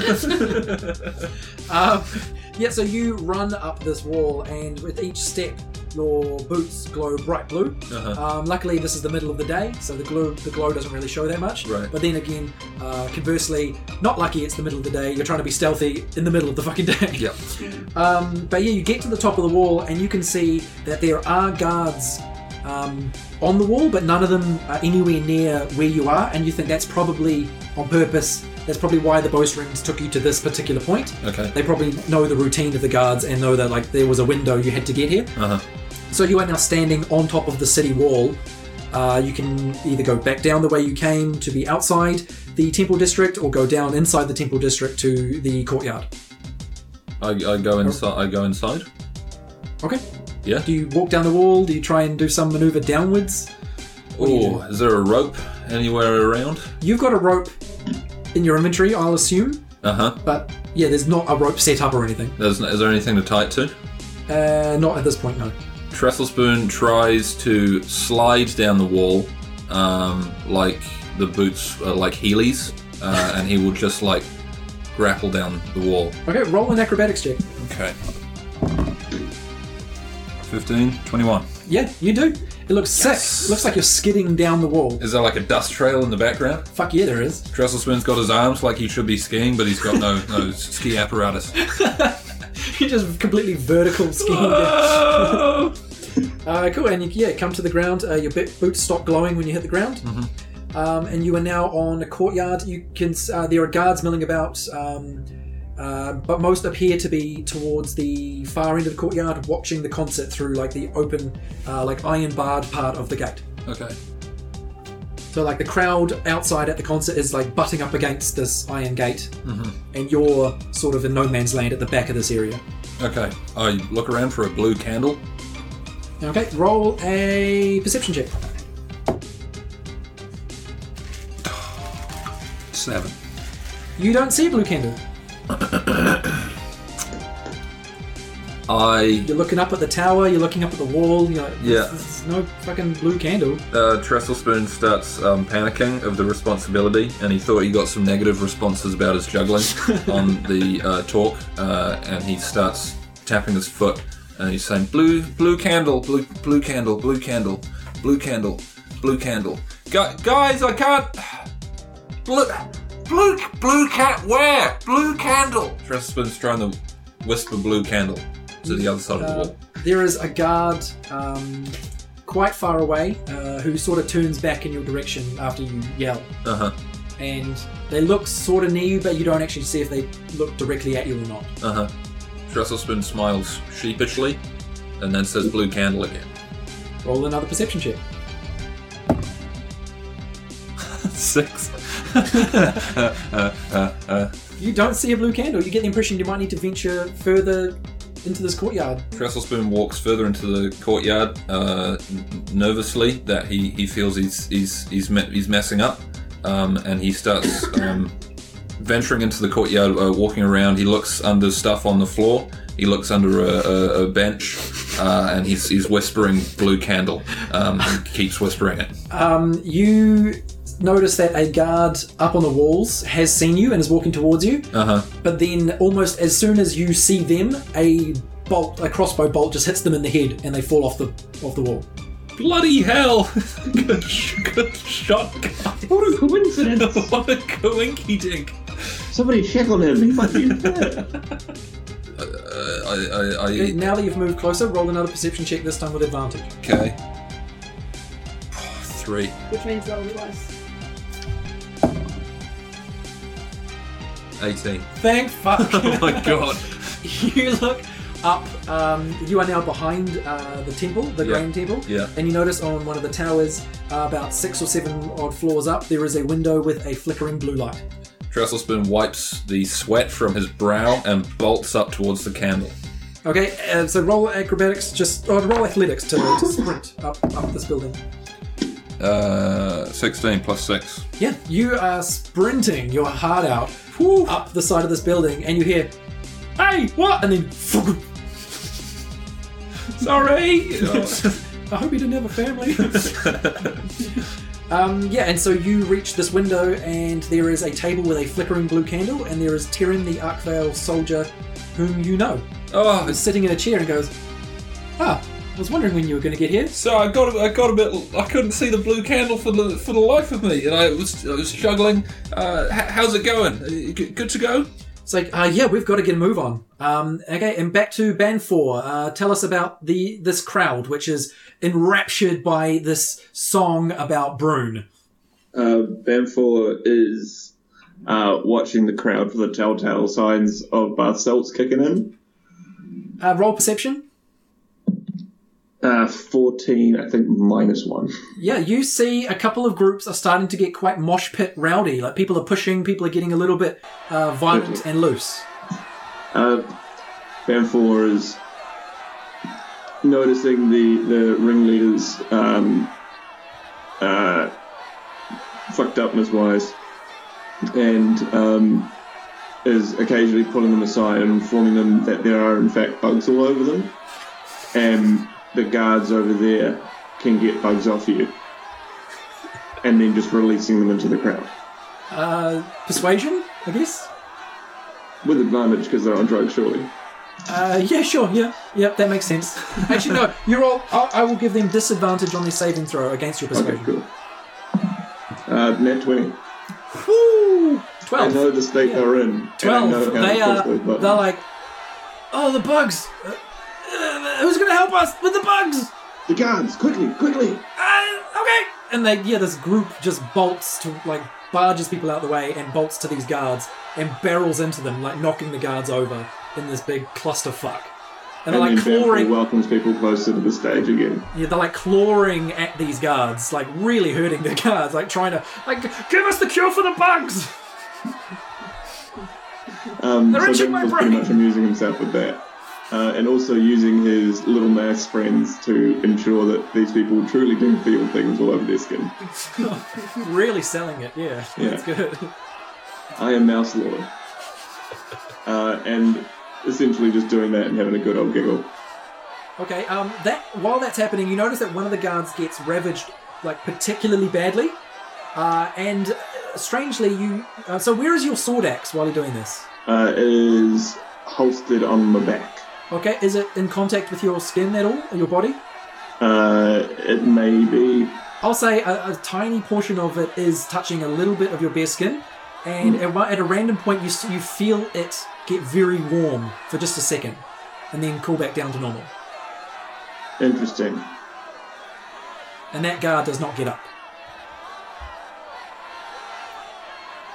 Speaker 2: Um, yeah, so you run up this wall, and with each step, your boots glow bright blue.
Speaker 1: Uh-huh.
Speaker 2: Um, luckily, this is the middle of the day, so the glow the glow doesn't really show that much.
Speaker 1: Right.
Speaker 2: But then again, uh, conversely, not lucky. It's the middle of the day. You're trying to be stealthy in the middle of the fucking day.
Speaker 1: yep.
Speaker 2: Um, but yeah, you get to the top of the wall, and you can see that there are guards. Um, on the wall, but none of them are anywhere near where you are, and you think that's probably on purpose. That's probably why the bowstrings took you to this particular point
Speaker 1: Okay.
Speaker 2: they probably know the routine of the guards and know that like there was a window you had to get here.
Speaker 1: Uh-huh.
Speaker 2: So you are now standing on top of the city wall. Uh, you can either go back down the way you came to be outside the temple district, or go down inside the temple district to the courtyard.
Speaker 1: I, I go inside. I go inside.
Speaker 2: Okay.
Speaker 1: Yeah.
Speaker 2: Do you walk down the wall? Do you try and do some maneuver downwards? What do you
Speaker 1: Oh, is there a rope anywhere around?
Speaker 2: You've got a rope in your inventory, I'll assume,
Speaker 1: Uh huh.
Speaker 2: but yeah, there's not a rope set up or anything.
Speaker 1: There's, is there anything to tie it to?
Speaker 2: Uh, not at this point, no.
Speaker 1: Trestlespoon tries to slide down the wall, um, like the boots, uh, like Heelys, uh, and he will just like grapple down the wall.
Speaker 2: Okay, roll an acrobatics check.
Speaker 1: Okay. 15, 21.
Speaker 2: Yeah, you do. It looks sick. It looks like you're skidding down the wall.
Speaker 1: Is there like a dust trail in the background?
Speaker 2: Fuck yeah, there is.
Speaker 1: Trestlespoon's got his arms like he should be skiing, but he's got no, no ski apparatus.
Speaker 2: you just completely vertical skiing down. uh, cool, and you, yeah, come to the ground. Uh, your bo- boots stop glowing when you hit the ground. Um, and you are now on a courtyard. You can s- uh, there are guards milling about, um, uh, but most appear to be towards the far end of the courtyard, watching the concert through like the open, uh, like iron barred part of the gate.
Speaker 1: Okay.
Speaker 2: So like the crowd outside at the concert is like butting up against this iron gate,
Speaker 1: Mhm.
Speaker 2: and you're sort of in no man's land at the back of this area.
Speaker 1: Okay. I look around for a blue candle.
Speaker 2: Okay, roll a perception check.
Speaker 1: Seven.
Speaker 2: You don't see a blue candle.
Speaker 1: I
Speaker 2: You're looking up at the tower. You're looking up at the wall. You're like,
Speaker 1: Yeah.
Speaker 2: "There's- there's no fucking blue candle.
Speaker 1: uh, Trestlespoon starts um, panicking of the responsibility, and he thought he got some negative responses about his juggling on the uh, talk, uh, and he starts tapping his foot, and he's saying, "Blue, blue candle, blue, blue candle, blue candle, blue candle, blue candle." Gu- guys, I can't. Blue, blue, blue cat. Where? Blue candle. Trestlespoon's trying to whisper "blue candle" to the other side of the
Speaker 2: Uh,
Speaker 1: wall.
Speaker 2: there is a guard um, quite far away uh, who sort of turns back in your direction after you yell,
Speaker 1: Uh huh.
Speaker 2: and they look sort of near you, but you don't actually see if they look directly at you or not.
Speaker 1: Uh huh. Trestlespin smiles sheepishly and then says blue candle again.
Speaker 2: Roll another perception check.
Speaker 1: Six. uh, uh, uh.
Speaker 2: You don't see a blue candle. You get the impression you might need to venture further into this courtyard.
Speaker 1: Trestlespoon walks further into the courtyard uh, n- nervously that he, he feels he's he's he's, me- he's messing up um, and he starts um, venturing into the courtyard uh, walking around he looks under stuff on the floor he looks under a, a, a bench uh, and he's, he's whispering blue candle um, and keeps whispering it
Speaker 2: Um, you notice that a guard up on the walls has seen you and is walking towards you.
Speaker 1: uh-huh
Speaker 2: But then, almost as soon as you see them, a bolt, a crossbow bolt, just hits them in the head, and they fall off the off the wall.
Speaker 1: Bloody hell! good, sh- good shot, guys.
Speaker 6: What a coincidence!
Speaker 1: What a coinky dink.
Speaker 6: Somebody check on him. He might be in there.
Speaker 1: Uh, I, I, I,
Speaker 2: Now that you've moved closer, roll another perception check. This time with advantage.
Speaker 1: okay. Three.
Speaker 5: Which means roll twice.
Speaker 1: 18.
Speaker 2: Thank fuck.
Speaker 1: Oh my god.
Speaker 2: you look up. Um, you are now behind uh, the temple, the
Speaker 1: Yeah.
Speaker 2: grand temple.
Speaker 1: Yeah.
Speaker 2: And you notice on one of the towers, uh, about six or seven odd floors up, there is a window with a flickering blue light.
Speaker 1: Trestlespoon wipes the sweat from his brow and bolts up towards the candle.
Speaker 2: Okay, uh, so roll acrobatics, just or roll athletics to, to sprint up up this building.
Speaker 1: Uh, 16 plus 6.
Speaker 2: Yeah, you are sprinting your heart out whoo, up the side of this building, and you hear, "Hey, what?" And then,
Speaker 1: Sorry!
Speaker 2: I hope you didn't have a family. um, yeah, and so you reach this window, and there is a table with a flickering blue candle, and there is Terran, the Arkvale soldier, whom you know,
Speaker 1: oh,
Speaker 2: is sitting in a chair and goes, "Ah, I was wondering when you were going to get here."
Speaker 1: So I got I got a bit I couldn't see the blue candle for the for the life of me, and I was I was struggling. Uh, h- how's it going? Uh, g- Good to go.
Speaker 2: It's like, uh, yeah, we've got to get a move on. Um, okay, and back to Banfor. Uh, tell us about the this crowd, which is enraptured by this song about Brune.
Speaker 6: Uh, Bamfor is uh, watching the crowd for the telltale signs of bath salts kicking in.
Speaker 2: Uh, roll perception.
Speaker 6: Uh, 14, I think, minus one.
Speaker 2: Yeah, you see a couple of groups are starting to get quite mosh pit rowdy. Like people are pushing, people are getting a little bit uh, violent and loose.
Speaker 6: Uh, Bamfor is noticing the, the ringleaders um, uh, fucked upness wise and um, is occasionally pulling them aside and informing them that there are, in fact, bugs all over them. and the guards over there can get bugs off you, and then just releasing them into the crowd
Speaker 2: Uh, persuasion, I guess.
Speaker 6: with advantage because they're on drugs, surely.
Speaker 2: Uh, yeah, sure, yeah, yeah, that makes sense. Actually, no, you're all. I'll, I will give them disadvantage on their saving throw against your
Speaker 6: Okay,
Speaker 2: persuasion.
Speaker 6: cool. Uh, net twenty.
Speaker 2: Woo!
Speaker 6: I
Speaker 2: Twelve.
Speaker 6: know the state they're in. and I know
Speaker 2: 12
Speaker 6: how to
Speaker 2: they
Speaker 6: push
Speaker 2: are
Speaker 6: those buttons.
Speaker 2: they're like oh the bugs Uh, uh, who's gonna help us with the bugs
Speaker 6: the guards, quickly, quickly!
Speaker 2: uh, okay and they yeah this group just bolts to like barges people out the way and bolts to these guards and barrels into them like knocking the guards over in this big clusterfuck and
Speaker 6: And
Speaker 2: they're like
Speaker 6: then Bamford
Speaker 2: clawing
Speaker 6: welcomes people closer to the stage again.
Speaker 2: yeah, they're like clawing at these guards like really hurting the guards like trying to like give us the cure for the bugs
Speaker 6: Um,
Speaker 2: They're
Speaker 6: so
Speaker 2: itching
Speaker 6: Jim
Speaker 2: my
Speaker 6: was pretty
Speaker 2: brain.
Speaker 6: much amusing himself with that. Uh, and also using his little mass friends to ensure that these people truly do feel things all over their skin.
Speaker 2: really selling it yeah,
Speaker 6: Yeah.
Speaker 2: that's good
Speaker 6: I am Mouse Lord. Uh, and essentially just doing that and having a good old giggle.
Speaker 2: Okay, um, that while that's happening, you notice that one of the guards gets ravaged, like particularly badly, uh, and uh, strangely, you. Uh, so where is your sword axe while you're doing this?
Speaker 6: Uh, it is holstered on my back.
Speaker 2: Okay, is it in contact with your skin at all, or your body?
Speaker 6: Uh, it may be
Speaker 2: I'll say a, a tiny portion of it is touching a little bit of your bare skin, and at, one- at a random point, you s- you feel it get very warm for just a second, and then cool back down to normal.
Speaker 6: interesting.
Speaker 2: And that guard does not get up.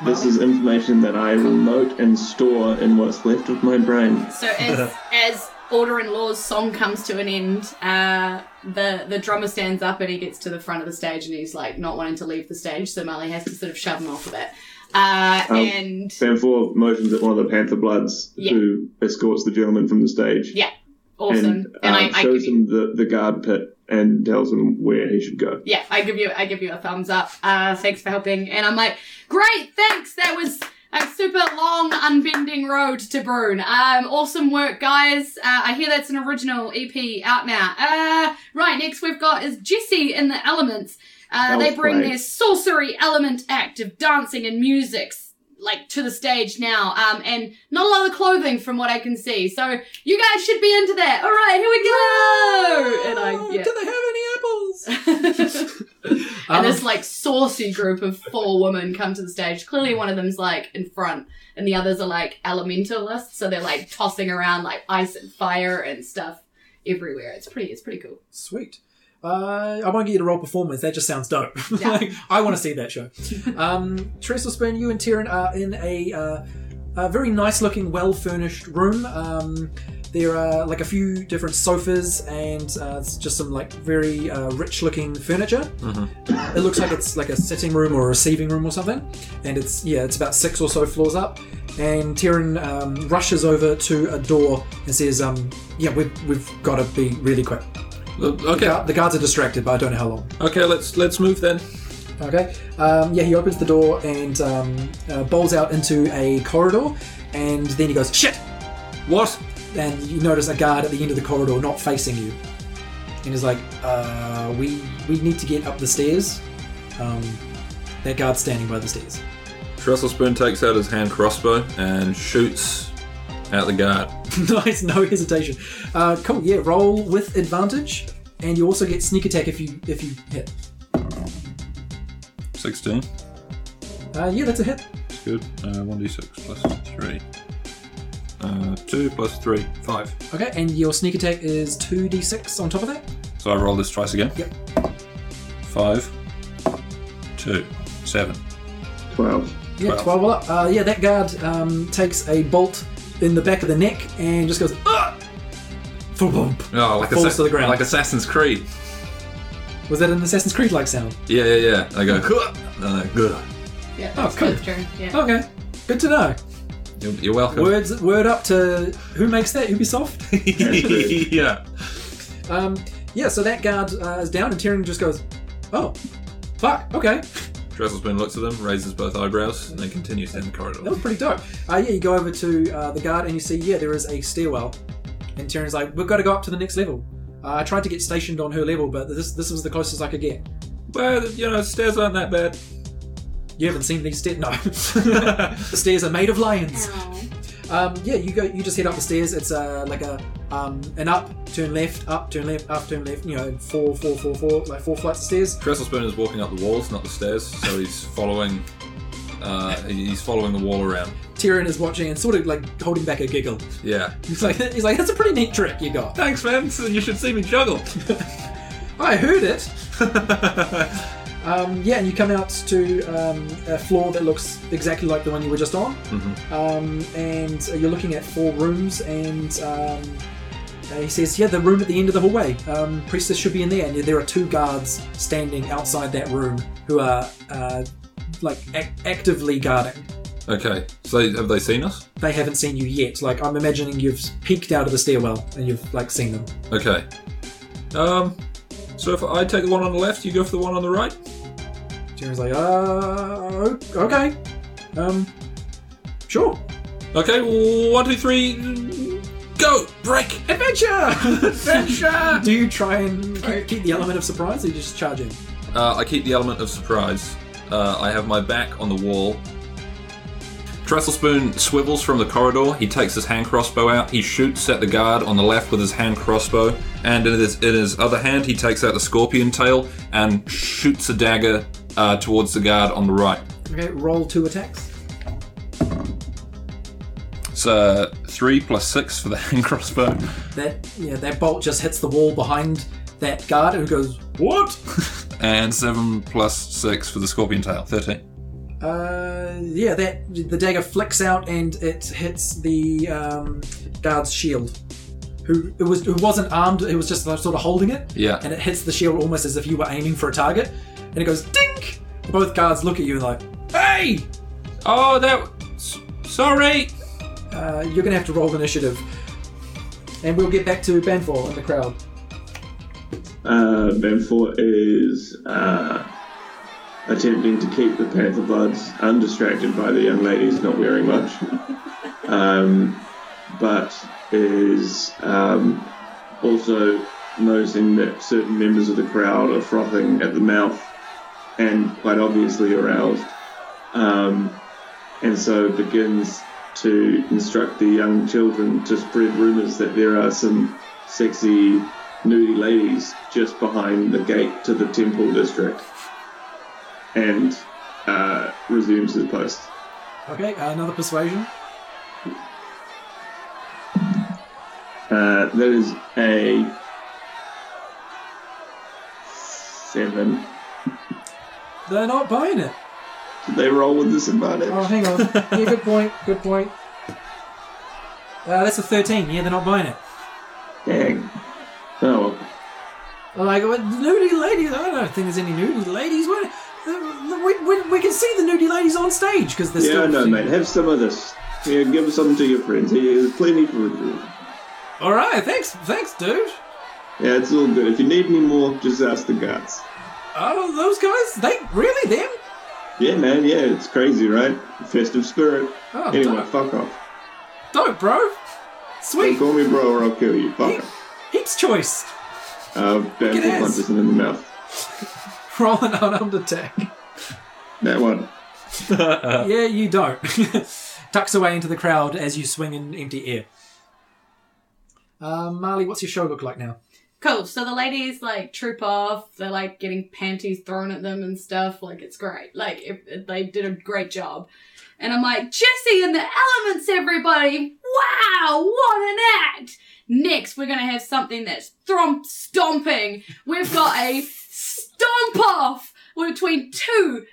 Speaker 6: This is information that I will note and store in what's left of my brain.
Speaker 3: So as as Order and Law's song comes to an end, uh, the the drummer stands up and he gets to the front of the stage and he's like not wanting to leave the stage, so Marley has to sort of shove him off a bit. Uh,
Speaker 6: Um,
Speaker 3: and
Speaker 6: Sanfor motions at one of the Panther Bloods
Speaker 3: Yeah.
Speaker 6: who escorts the gentleman from the stage.
Speaker 3: Yeah, awesome.
Speaker 6: And,
Speaker 3: And,
Speaker 6: uh,
Speaker 3: I, I give
Speaker 6: shows
Speaker 3: you,
Speaker 6: him the, the guard pit and tells him where he should go.
Speaker 3: yeah, I give you I give you a thumbs up. Uh, thanks for helping. And I'm like, great, thanks. That was a super long, unbending road to Brune. Um, awesome work, guys. Uh, I hear that's an original EP out now. Uh, right, next we've got is Jesse in the Elements. Uh,
Speaker 6: That
Speaker 3: they
Speaker 6: was
Speaker 3: bring
Speaker 6: great.
Speaker 3: their sorcery element act of dancing and music like to the stage now um and not a lot of clothing from what i can see so you guys should be into that all right here we go and i yeah
Speaker 2: Oh, Do they have any apples? Um,
Speaker 3: and this like saucy group of four women come to the stage. Clearly, one of them's like in front, and the others are like elementalists, so they're like tossing around like ice and fire and stuff everywhere. It's pretty. It's pretty cool.
Speaker 2: Sweet. Uh, I won't get you to roll performance. That just sounds dope.
Speaker 3: Yeah.
Speaker 2: like, I want to see that show. Um, Trestle Spoon, you and Tyrion are in a, uh, a very nice looking, well furnished room. Um, there are like a few different sofas and uh, it's just some like very uh, rich looking furniture. It looks like it's like a sitting room or a receiving room or something. And it's, yeah, it's about six or so floors up. And Tyrion um, rushes over to a door and says, um, Yeah, we've, we've got to be really quick.
Speaker 1: Okay,
Speaker 2: Gu- The guards are distracted, but I don't know how long.
Speaker 1: okay, let's let's move then.
Speaker 2: Okay. Um, yeah, he opens the door and um, uh, bowls out into a corridor, and then he goes shit,
Speaker 1: What?
Speaker 2: and you notice a guard at the end of the corridor not facing you, and he's like, uh, "We we need to get up the stairs." Um, that guard's standing by the stairs.
Speaker 4: Trestle Spoon takes out his hand crossbow and shoots at the guard.
Speaker 2: nice, no hesitation. Uh, cool. Yeah, roll with advantage, and you also get sneak attack if you if you hit.
Speaker 4: 16.
Speaker 2: Uh, yeah, that's a hit.
Speaker 4: It's good. Uh, 1d6 plus 3. Uh, 2 plus 3. 5.
Speaker 2: Okay, and your sneak attack is two d6 on top of that.
Speaker 4: So I roll this twice again.
Speaker 2: Yep.
Speaker 4: 5. 2. 7.
Speaker 6: 12.
Speaker 2: Yeah, 12. well up. Uh, yeah, that guard um, takes a bolt in the back of the neck and just goes, ah! Thump.
Speaker 4: Oh, like,
Speaker 2: Falls to the ground.
Speaker 4: like Assassin's Creed.
Speaker 2: Was that an Assassin's Creed like sound?
Speaker 4: Yeah, yeah, yeah. They go, "Huh!" and they go, "Huh."
Speaker 3: Yeah.
Speaker 2: Oh,
Speaker 3: That's
Speaker 2: cool.
Speaker 3: good, Drew. Yeah.
Speaker 2: Okay, good to know.
Speaker 4: You're, you're welcome.
Speaker 2: Words, word up to who makes that? Ubisoft?
Speaker 6: good.
Speaker 4: yeah.
Speaker 2: um, yeah, so that guard uh, is down and Tyrion just goes, oh, fuck, okay.
Speaker 4: Trestle Spoon looks at them, raises both eyebrows, and then continues down the corridor.
Speaker 2: That was pretty dope. Uh, yeah, you go over to uh, the guard and you see, yeah, there is a stairwell. And Tyrion's like, we've got to go up to the next level. Uh, I tried to get stationed on her level, but this this was the closest I could get.
Speaker 1: Well, you know, stairs aren't that bad.
Speaker 2: You haven't seen these stairs? No. the stairs are made of lions. Um, yeah, you go. You just head up the stairs. It's uh, like a um, an up, turn left, up, turn left, up, turn left. You know, four, four, four, four, like four flights of stairs.
Speaker 1: Trestlespoon is walking up the walls, not the stairs, so he's following. Uh, he- he's following the wall around.
Speaker 2: Tyrion is watching and sort of like holding back a giggle.
Speaker 1: Yeah.
Speaker 2: He's like, he's like, that's a pretty neat trick you got.
Speaker 1: Thanks, man. So You should see me juggle.
Speaker 2: I heard it. Um, yeah, and you come out to um, a floor that looks exactly like the one you were just on, um, and uh, you're looking at four rooms. And um, uh, he says, "Yeah, the room at the end of the hallway. Um, priestess should be in there." And there are two guards standing outside that room who are uh, like ac- actively guarding.
Speaker 1: okay. So have they seen us?
Speaker 2: They haven't seen you yet. Like I'm imagining you've peeked out of the stairwell and you've like seen them.
Speaker 1: Okay. Um. So if I take the one on the left, you go for the one on the right.
Speaker 2: Jeremy's like, "Uh, o- okay, um, sure."
Speaker 1: Okay. One, two, three. Go. Break.
Speaker 2: Adventure! Adventure! Do you try and keep, keep the element of surprise or you just charge in?
Speaker 1: Uh, I keep the element of surprise. Uh, I have my back on the wall. Trestlespoon swivels from the corridor. He takes his hand crossbow out. He shoots at the guard on the left with his hand crossbow, and in his, in his other hand, he takes out the scorpion tail and shoots a dagger uh, towards the guard on the right.
Speaker 2: Okay, roll two attacks.
Speaker 1: So three plus six for the hand crossbow.
Speaker 2: That yeah, that bolt just hits the wall behind that guard who goes, What?
Speaker 1: and seven plus six for the scorpion tail. Thirteen.
Speaker 2: Uh, yeah, that the dagger flicks out and it hits the um, guard's shield. Who it was who wasn't armed, it was just like, sort of holding it,
Speaker 1: Yeah.
Speaker 2: and it hits the shield almost as if you were aiming for a target, and it goes dink! Both guards look at you and like, Hey!
Speaker 1: Oh, that. s- Sorry.
Speaker 2: Uh, you're gonna have to roll initiative. And we'll get back to Banfor and the crowd.
Speaker 6: Uh, Benfor is uh, attempting to keep the Panther Bloods undistracted by the young ladies not wearing much, um, but is um, also noticing that certain members of the crowd are frothing at the mouth and quite obviously aroused, um, and so begins to instruct the young children to spread rumours that there are some sexy nudie ladies just behind the gate to the temple district and uh, resumes his post.
Speaker 2: Okay, uh, another persuasion.
Speaker 6: Uh, there is a seven.
Speaker 2: They're not buying it.
Speaker 6: Did they roll with disadvantage?
Speaker 2: Oh, hang on. yeah, good point. Good point. Uh, that's a 13. Yeah, they're not buying it.
Speaker 6: Dang. Oh, well.
Speaker 2: I'm Uh, like, what, nudie ladies? I don't think there's any nudie ladies. What? uh, We, we, we can see the nudie ladies on stage because they're
Speaker 6: yeah,
Speaker 2: still.
Speaker 6: I know, mate. Have some of this. Yeah, give some to your friends. Yeah, There's plenty for everyone.
Speaker 2: All right, thanks, thanks, dude.
Speaker 6: Yeah, it's all good. If you need any more, just ask the guards.
Speaker 2: Oh, those guys? They really them?
Speaker 6: Yeah, man. Yeah, it's crazy, right? Festive spirit.
Speaker 2: Oh,
Speaker 6: anyway,
Speaker 2: dope,
Speaker 6: fuck off.
Speaker 2: dope, bro.
Speaker 6: Don't
Speaker 2: Sweet.
Speaker 6: call me bro or I'll kill you. Fuck off.
Speaker 2: Heaps choice.
Speaker 6: Uh,
Speaker 2: Look at
Speaker 6: Bamford
Speaker 2: us.
Speaker 6: punches him in the mouth.
Speaker 2: Roll an unarmed attack.
Speaker 6: That one.
Speaker 2: yeah, you don't. Tucks away into the crowd as you swing in empty air. Uh, Marley, what's your show look like now?
Speaker 3: Cool. So the ladies like troop off. They're like getting panties thrown at them and stuff. Like it's great. Like it, it- they did a great job. And I'm like Jesse and the Elements, everybody! Wow, what an act! Next, we're gonna have something that's throm- stomping. We've got a stomp off between two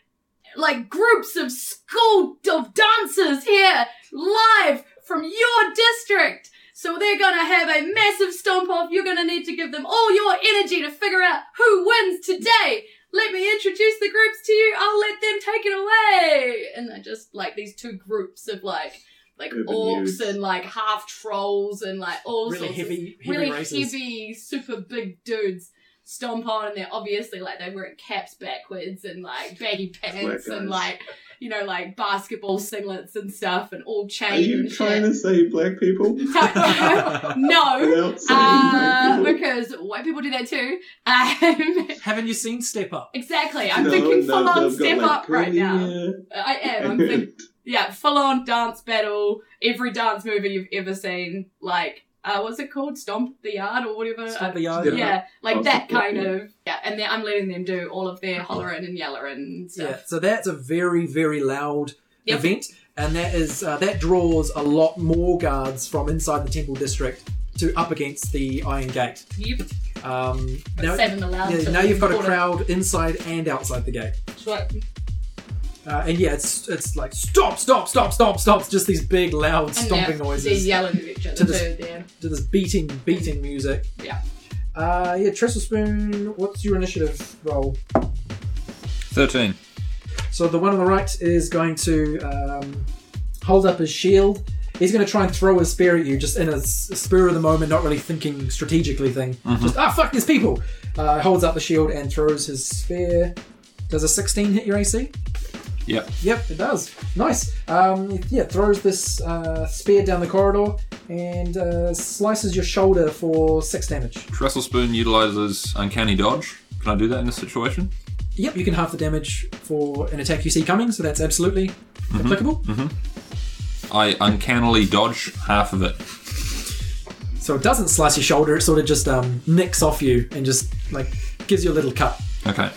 Speaker 3: like groups of school of dancers here live from your district. So they're gonna have a massive stomp off. You're gonna need to give them all your energy to figure out who wins today. Let me introduce the groups to you. I'll let them take it away. And I just like these two groups of like like
Speaker 6: Urban
Speaker 3: orcs
Speaker 6: youths.
Speaker 3: and like half trolls and like all sorts of
Speaker 2: heavy,
Speaker 3: really heavy, super big dudes. stomp on, and they're obviously like they wearing caps backwards and like baggy
Speaker 6: Oh
Speaker 3: pants
Speaker 6: guys.
Speaker 3: and like you know like basketball singlets and stuff, and all
Speaker 6: Are
Speaker 3: chained
Speaker 6: you
Speaker 3: and
Speaker 6: trying
Speaker 3: shit.
Speaker 6: to say black people?
Speaker 3: no,
Speaker 6: Without saying
Speaker 3: uh,
Speaker 6: black people?
Speaker 3: because white people do that too. Um,
Speaker 2: Haven't you seen Step Up?
Speaker 3: exactly, I'm
Speaker 6: No,
Speaker 3: thinking
Speaker 6: no,
Speaker 3: full on
Speaker 6: they've got,
Speaker 3: step
Speaker 6: like,
Speaker 3: up right
Speaker 6: curly
Speaker 3: now.
Speaker 6: hair
Speaker 3: I am. I'm
Speaker 6: and-
Speaker 3: thinking yeah, full on dance battle. Every dance movie you've ever seen, like uh, what's it called? Stomp the yard or whatever.
Speaker 2: Stop the
Speaker 3: Uh,
Speaker 2: yard.
Speaker 3: yeah,
Speaker 6: Yeah.
Speaker 3: like
Speaker 6: Oh,
Speaker 3: that
Speaker 6: Stomp the
Speaker 3: kind
Speaker 6: Yard,
Speaker 3: of. Yeah, and then I'm letting them do all of their hollering and yellering and
Speaker 2: Yeah,
Speaker 3: stuff.
Speaker 2: so that's a very, very loud
Speaker 3: Yep.
Speaker 2: event, and that is uh, that draws a lot more guards from inside the temple district to up against the Iron Gate.
Speaker 3: Yep. Yep.
Speaker 2: Um, now,
Speaker 3: Now, Seven allowed.
Speaker 2: yeah,
Speaker 3: to
Speaker 2: now you've got a
Speaker 3: order-
Speaker 2: crowd inside and outside the gate,
Speaker 3: Right.
Speaker 2: uh, and yeah, it's it's like stop, stop, stop, stop, stop, just these big loud
Speaker 3: And
Speaker 2: stomping
Speaker 3: they're-
Speaker 2: noises.
Speaker 3: They're yelling at each other
Speaker 2: To
Speaker 3: too.
Speaker 2: the-
Speaker 3: There.
Speaker 2: to this beating beating music.
Speaker 3: Yeah.
Speaker 2: Uh, yeah, Trestle Spoon, what's your initiative roll?
Speaker 1: 13.
Speaker 2: So the one on the right is going to um, hold up his shield. He's going to try and throw his spear at you, just in a s- spur of the moment, not really thinking strategically thing. Just ah, fuck these people. Uh, holds up the shield and throws his spear. Does a 16 hit your AC?
Speaker 1: Yep.
Speaker 2: Yep, it does. Nice. Um, yeah, throws this uh, spear down the corridor and uh, slices your shoulder for six damage.
Speaker 1: Trestle Spoon utilizes Uncanny Dodge. Can I do that in this situation?
Speaker 2: Yep, you can half the damage for an attack you see coming, so that's absolutely applicable.
Speaker 1: I uncannily dodge half of it.
Speaker 2: So it doesn't slice your shoulder; it sort of just um, nicks off you and just like gives you a little cut.
Speaker 1: Okay.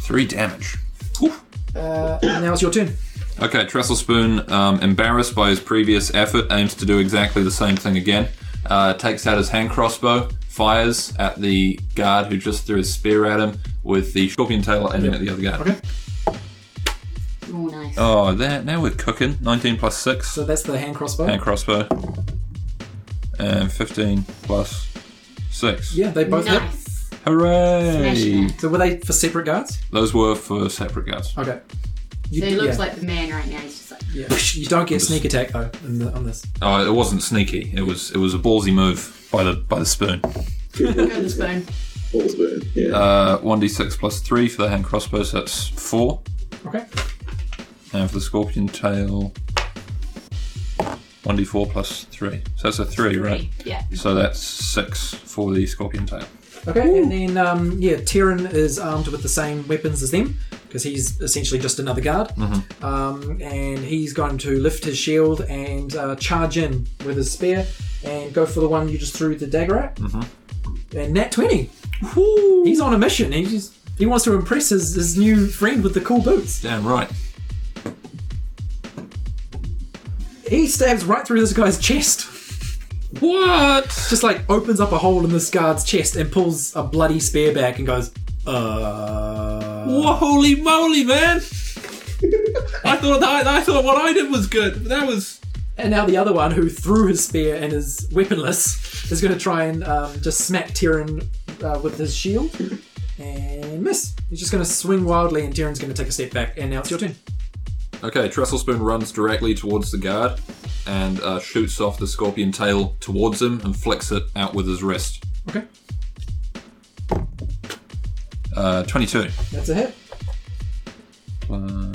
Speaker 1: Three damage.
Speaker 2: Uh, and now it's your turn.
Speaker 1: Okay, Trestle Spoon, um, embarrassed by his previous effort, aims to do exactly the same thing again. Uh, takes out his hand crossbow, fires at the guard who just threw his spear at him with the scorpion tail, and then at the other guard.
Speaker 2: Okay.
Speaker 7: Oh, nice.
Speaker 1: Oh, there, now we're cooking. 19 plus 6,
Speaker 2: So that's the hand crossbow.
Speaker 1: hand crossbow. And 15 plus 6.
Speaker 2: yeah, they both hit.
Speaker 7: Nice. Smashing
Speaker 1: Hooray!
Speaker 7: it.
Speaker 2: So were they for separate guards?
Speaker 1: Those were for separate guards.
Speaker 2: Okay. You,
Speaker 7: So he looks
Speaker 2: yeah,
Speaker 7: like the man right now. He's just like,
Speaker 2: yeah. you don't get sneak attack though in the, on this.
Speaker 1: Oh, it wasn't sneaky. It was it was a ballsy move by the by the spoon.
Speaker 3: Go the spoon.
Speaker 6: Balls burn, yeah.
Speaker 1: Uh, 1d6 plus 3 for the hand crossbow, so that's 4.
Speaker 2: Okay.
Speaker 1: And for the scorpion tail, 1d4 plus 3. So that's a 3, right?
Speaker 3: Yeah.
Speaker 1: So that's 6 for the scorpion tail.
Speaker 2: Okay, and then um, yeah, Tyrion is armed with the same weapons as them because he's essentially just another guard, um, and he's going to lift his shield and uh, charge in with his spear and go for the one you just threw the dagger at. And nat twenty, he's on a mission. He just he wants to impress his, his new friend with the cool boots.
Speaker 1: Damn right.
Speaker 2: He stabs right through this guy's chest.
Speaker 1: What?
Speaker 2: just like opens up a hole in this guard's chest and pulls a bloody spear back and goes, uh.
Speaker 1: holy moly, man! I thought that, I thought what I did was good. That was.
Speaker 2: And now the other one, who threw his spear and is weaponless, is going to try and um, just smack Tyrion uh, with his shield and miss. He's just going to swing wildly, and Tyrion's going to take a step back. And now it's your turn.
Speaker 1: Okay, Trestle Spoon runs directly towards the guard and uh, shoots off the scorpion tail towards him and flicks it out with his wrist.
Speaker 2: Okay,
Speaker 1: Uh, 22.
Speaker 2: that's a hit.
Speaker 1: plus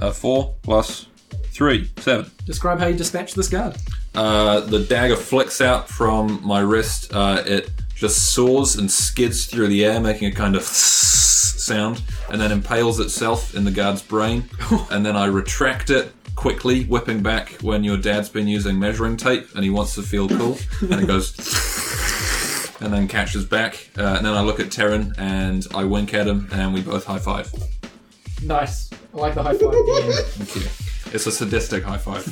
Speaker 1: uh, four plus three seven.
Speaker 2: Describe how you dispatch this guard.
Speaker 1: Uh, the dagger flicks out from my wrist. Uh, it just soars and skids through the air, making a kind of sound, and then impales itself in the guard's brain. and then I retract it quickly, whipping back when your dad's been using measuring tape and he wants to feel cool, and it goes. And then catches back, uh, and then I look at Terran and I wink at him, and we both high five.
Speaker 2: Nice. I like the high five.
Speaker 1: Thank you. It's a sadistic high five.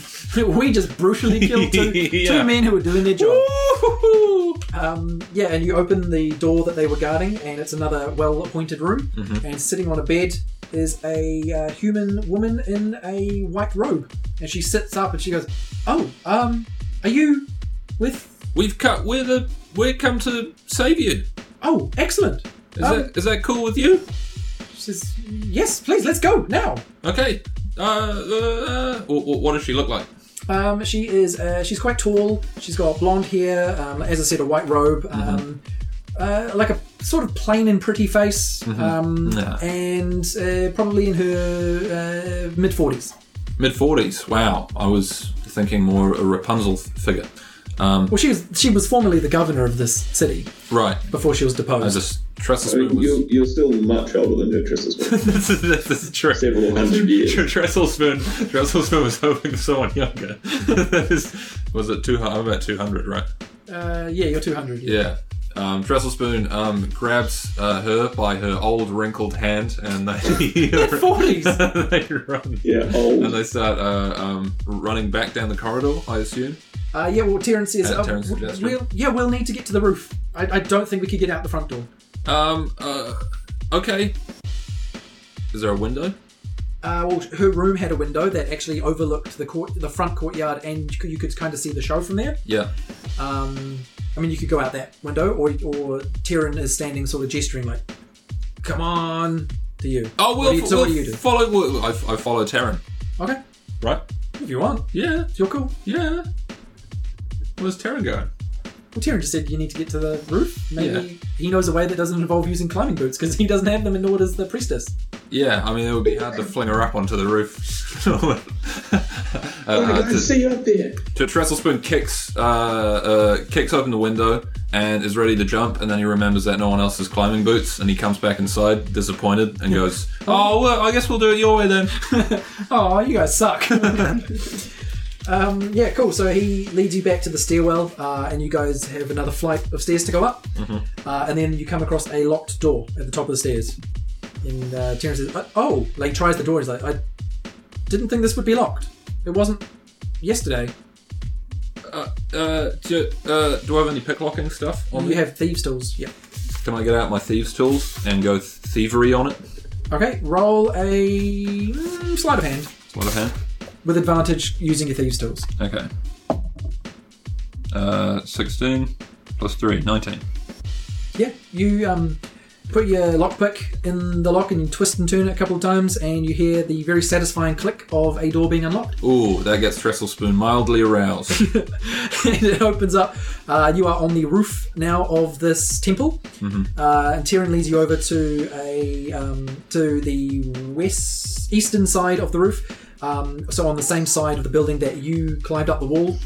Speaker 2: we just brutally killed two,
Speaker 1: Yeah.
Speaker 2: two men who were doing their job. Um, yeah, and you open the door that they were guarding, and it's another well appointed room. And sitting on a bed is a uh, human woman in a white robe. And she sits up and she goes, Oh, um, are you with.
Speaker 1: We've cut. We're the. We're come to save you.
Speaker 2: Oh, excellent.
Speaker 1: Is
Speaker 2: Um,
Speaker 1: that is that cool with you?
Speaker 2: She says, Yes, please, let's go now.
Speaker 1: Okay. Uh. uh wh- wh- what does she look like?
Speaker 2: Um, she is. Uh, she's quite tall. She's got blonde hair. Um, as I said, a white robe. Um, uh, like a sort of plain and pretty face, um,
Speaker 1: Yeah.
Speaker 2: and uh, probably in her uh, mid forties.
Speaker 1: Mid 40s. Wow. I was thinking more a Rapunzel f- figure. Um,
Speaker 2: Well, she was she was formerly the governor of this city
Speaker 1: right.
Speaker 2: before she was
Speaker 1: I
Speaker 2: deposed.
Speaker 1: just trust
Speaker 6: I
Speaker 1: the
Speaker 6: mean,
Speaker 1: spoon
Speaker 6: you're,
Speaker 1: was.
Speaker 6: you're still much older than Nutris as well.
Speaker 1: this, is, this is true.
Speaker 6: Several hundred years.
Speaker 1: Tresselspoon, Tresselspoon was hoping for someone younger. That is- was it 200? I'm about 200, right?
Speaker 2: Uh, yeah, you're two hundred.
Speaker 1: Yeah. Um, Tresselspoon um, grabs uh, her by her old wrinkled hand and they,
Speaker 2: forties.
Speaker 1: they run.
Speaker 6: Yeah,
Speaker 1: And
Speaker 6: old.
Speaker 1: they start uh, um, running back down the corridor, I assume.
Speaker 2: Uh, yeah, well, Terrence says,
Speaker 1: Uh,
Speaker 2: uh,
Speaker 1: Terrence
Speaker 2: w-
Speaker 1: suggestion.
Speaker 2: we'll, yeah, we'll need to get to the roof. I, I don't think we could get out the front door.
Speaker 1: Um, uh, okay. Is there a window?
Speaker 2: Uh, well, her room had a window that actually overlooked the court, the front courtyard, and you could, you could kind of see the show from there.
Speaker 1: Yeah.
Speaker 2: Um, I mean, you could go out that window, or or Tyrion is standing, sort of gesturing, like, "Come on," to you.
Speaker 1: Oh, we'll,
Speaker 2: What do you- so
Speaker 1: we'll
Speaker 2: what do you do?
Speaker 1: follow. We'll, I, I follow Taryn.
Speaker 2: Okay,
Speaker 1: Right?
Speaker 2: if you want,
Speaker 1: Yeah,
Speaker 2: it's your call.
Speaker 1: yeah. Where's Taryn going?
Speaker 2: Well, Tyrion just said you need to get to the roof. Maybe he knows a way that doesn't involve using climbing boots because he doesn't have them, and nor does the priestess.
Speaker 1: Yeah, I mean, it would be hard to fling her up onto the roof.
Speaker 2: Oh
Speaker 1: uh,
Speaker 6: I
Speaker 1: uh,
Speaker 6: can
Speaker 1: to,
Speaker 6: see you up there.
Speaker 1: to Tresselspoon kicks, uh, uh, kicks open the window and is ready to jump, and then he remembers that no one else has climbing boots, and he comes back inside disappointed and goes, "Oh, well, I guess we'll do it your way then."
Speaker 2: Oh, you guys suck. um, yeah, cool. So he leads you back to the stairwell, uh, and you guys have another flight of stairs to go up, uh, and then you come across a locked door at the top of the stairs. And uh, Terrence says, "Uh, "Oh!" Like tries the door. He's like, "I didn't think this would be locked. It wasn't yesterday.
Speaker 1: Uh, uh, do, uh, do I have any picklocking stuff on
Speaker 2: You
Speaker 1: me?
Speaker 2: have thieves' tools. Yeah.
Speaker 1: Can I get out my thieves' tools and go thievery on it?
Speaker 2: Okay. Roll a mm, sleight of hand
Speaker 1: Sleight of hand.
Speaker 2: with advantage using your thieves' tools.
Speaker 1: Okay. Uh, 16 plus 3, 19.
Speaker 2: Yeah, you um, put your lockpick in the lock and you twist and turn it a couple of times, and you hear the very satisfying click of a door being unlocked.
Speaker 1: Ooh, that gets Trestle Spoon mildly aroused.
Speaker 2: and it opens up. Uh, you are on the roof now of this temple, uh, and Tyrion leads you over to a um, to the west eastern side of the roof. Um, so on the same side of the building that you climbed up the wall.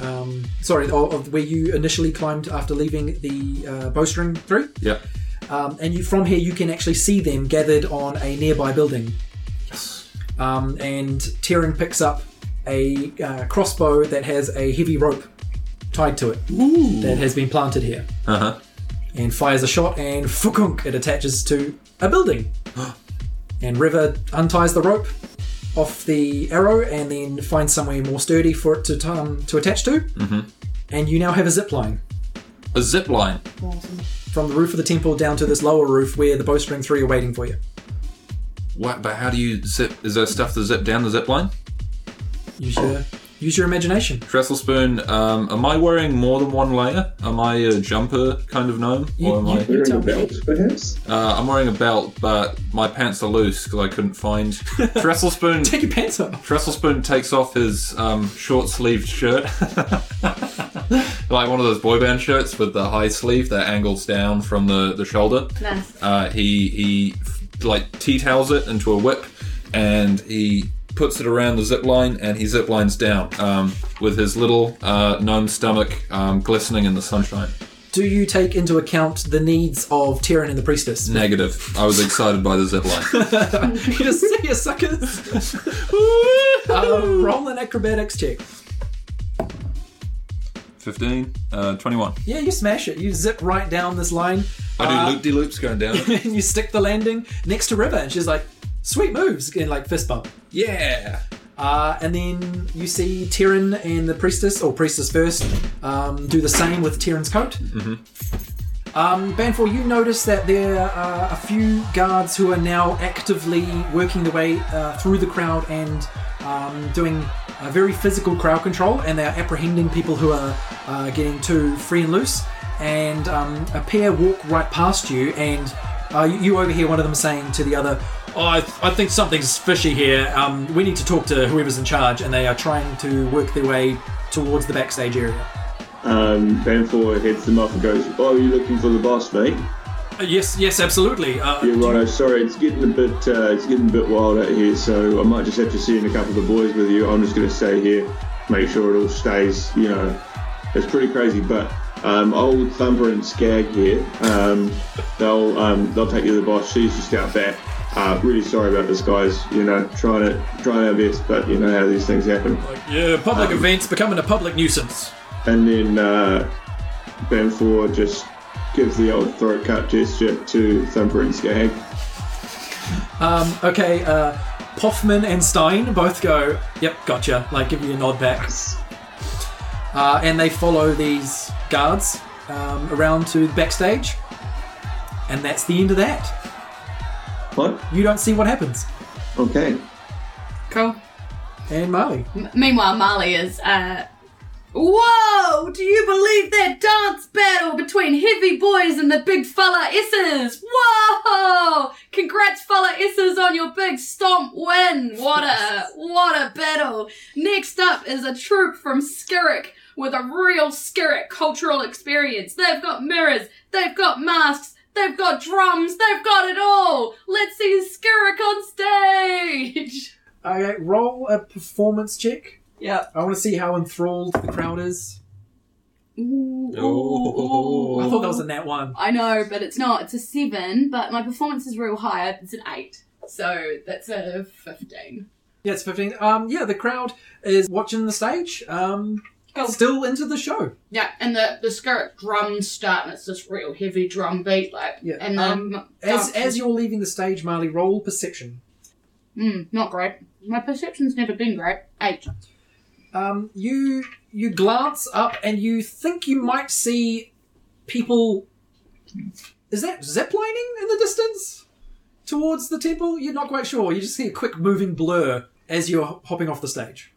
Speaker 2: Um, sorry, of, of where you initially climbed after leaving the uh, bowstring three.
Speaker 1: yeah.
Speaker 2: Um, and you, from here, you can actually see them gathered on a nearby building. Yes. Um, and Tyrion picks up a uh, crossbow that has a heavy rope tied to it that has been planted here,
Speaker 1: Uh huh.
Speaker 2: and fires a shot, and fukunk, it attaches to a building. and River unties the rope off the arrow, and then finds somewhere more sturdy for it to t- um, to attach to. Mm-hmm. And you now have a zip line
Speaker 1: A zip line.
Speaker 2: from the roof of the temple down to this lower roof where the bowstring three are waiting for you.
Speaker 1: What, but how do you zip? Is there stuff to zip down the zip line?
Speaker 2: Use your use your imagination.
Speaker 1: Trestle Spoon, um, am I wearing more than one layer? Am I a jumper kind of gnome?
Speaker 2: You-
Speaker 1: or am I?
Speaker 2: you-
Speaker 6: Wearing
Speaker 2: tell
Speaker 6: a
Speaker 2: me.
Speaker 6: belt, perhaps?
Speaker 1: Uh, I'm wearing a belt, but my pants are loose because I couldn't find. Trestle Spoon.
Speaker 2: Take your pants off.
Speaker 1: Trestle Spoon takes off his um, short sleeved shirt. like one of those boy band shirts with the high sleeve that angles down from the, the shoulder.
Speaker 3: Nice.
Speaker 1: Uh, he he f- like tea towels it into a whip, and he puts it around the zip line, and he zip lines down um, with his little uh, gnome stomach um, glistening in the sunshine.
Speaker 2: Do you take into account the needs of Tyrion and the priestess?
Speaker 1: Negative. I was excited by the zip line.
Speaker 2: you just see your suckers. uh, roll an acrobatics check.
Speaker 1: Fifteen. Uh, Twenty-one.
Speaker 2: Yeah, you smash it. You zip right down this line,
Speaker 1: I
Speaker 2: Uh,
Speaker 1: do loop de loops going down. it.
Speaker 2: and you stick the landing next to River, and she's like, "Sweet moves," and like fist bump.
Speaker 1: yeah.
Speaker 2: Uh, and then you see Tyrion and the priestess, or priestess first, um, do the same with Tyrion's coat. Mm-hmm. Um, Banfor, you notice that there are a few guards who are now actively working their way uh, through the crowd and um, doing a very physical crowd control, and they are apprehending people who are uh, getting too free and loose. And um, a pair walk right past you, and uh, you- you overhear one of them saying to the other, oh, I, th- I think something's fishy here. Um, we need to talk to whoever's in charge, and they are trying to work their way towards the backstage area.
Speaker 6: Um, Banfor heads them off and goes, Oh, you looking for the boss, mate?
Speaker 2: Uh, yes, yes, absolutely. Uh,
Speaker 6: Yeah, righto. Sorry, it's getting a bit uh, it's getting a bit wild out here, so I might just have to send a couple of the boys with you. I'm just going to stay here, make sure it all stays. You know, it's pretty crazy, but um, old Thumper and Skag here, um, they'll um, they'll take you to the boss. She's just out back. Uh, really sorry about this, guys. You know, trying to trying our best, but you know how these things happen.
Speaker 2: like, yeah, public
Speaker 6: Um,
Speaker 2: events becoming a public nuisance.
Speaker 6: And then uh, Banfor just gives the old throat cut gesture to Thumper and Skag.
Speaker 2: Um, okay, uh, Poffman and Stein both go, yep, gotcha, like give you a nod back. Uh, and they follow these guards um, around to the backstage. And that's the end of that.
Speaker 6: What?
Speaker 2: You don't see what happens.
Speaker 6: Okay.
Speaker 3: Cool.
Speaker 2: And Marley.
Speaker 3: M- meanwhile, Marley is. Uh, Whoa! Do you believe that dance battle between heavy boys and the big fella Isses? Whoa! Congrats, fella Isses, on your big stomp win. What a what a battle! Next up is a troop from Skirrick with a real Skirrick cultural experience. They've got mirrors. They've got masks. They've got drums. They've got it all. Let's see Skirrick on stage.
Speaker 2: Okay, roll a performance check.
Speaker 5: Yep.
Speaker 2: I want to see how enthralled the crowd is.
Speaker 3: Ooh,
Speaker 4: Oh.
Speaker 2: I thought that was in that one.
Speaker 3: I know, but it's not. It's a seven, but my performance is real high. It's an eight. So that's a 15.
Speaker 2: Yeah, it's 15. Um, yeah, the crowd is watching the stage. Um,
Speaker 5: Cool.
Speaker 2: Still into the show.
Speaker 5: Yeah, and the the skirt drums start, and it's this real heavy drum beat, like.
Speaker 2: Yeah, Um,
Speaker 5: And then
Speaker 2: As, as you're leaving the stage, Marley, roll perception.
Speaker 5: mm, not great. My perception's never been great. Eight.
Speaker 2: um, you you glance up and you think you might see people. Is that ziplining in the distance towards the temple? You're not quite sure. You just see a quick moving blur as you're hopping off the stage.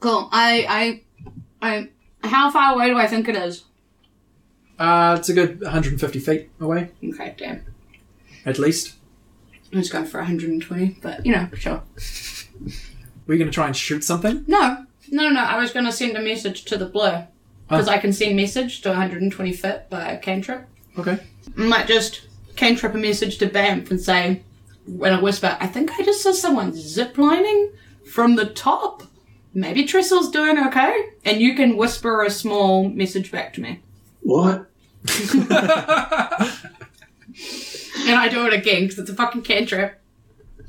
Speaker 5: Cool. I I I. How far away do I think it is?
Speaker 2: Uh, it's a good 150 feet away,
Speaker 5: Okay, damn.
Speaker 2: at least.
Speaker 5: I was going for 120, but you know, sure.
Speaker 2: Were you going to try and shoot something?
Speaker 5: No, no, no. no. I was going to send a message to the blur because I can send message to 120 fit by a cantrip.
Speaker 2: Okay.
Speaker 5: I might just cantrip a message to Banff and say, when I whisper, I think I just saw someone ziplining from the top. Maybe Trestle's doing okay. And you can whisper a small message back to me.
Speaker 6: What?
Speaker 5: And I do it again because it's a fucking cantrip.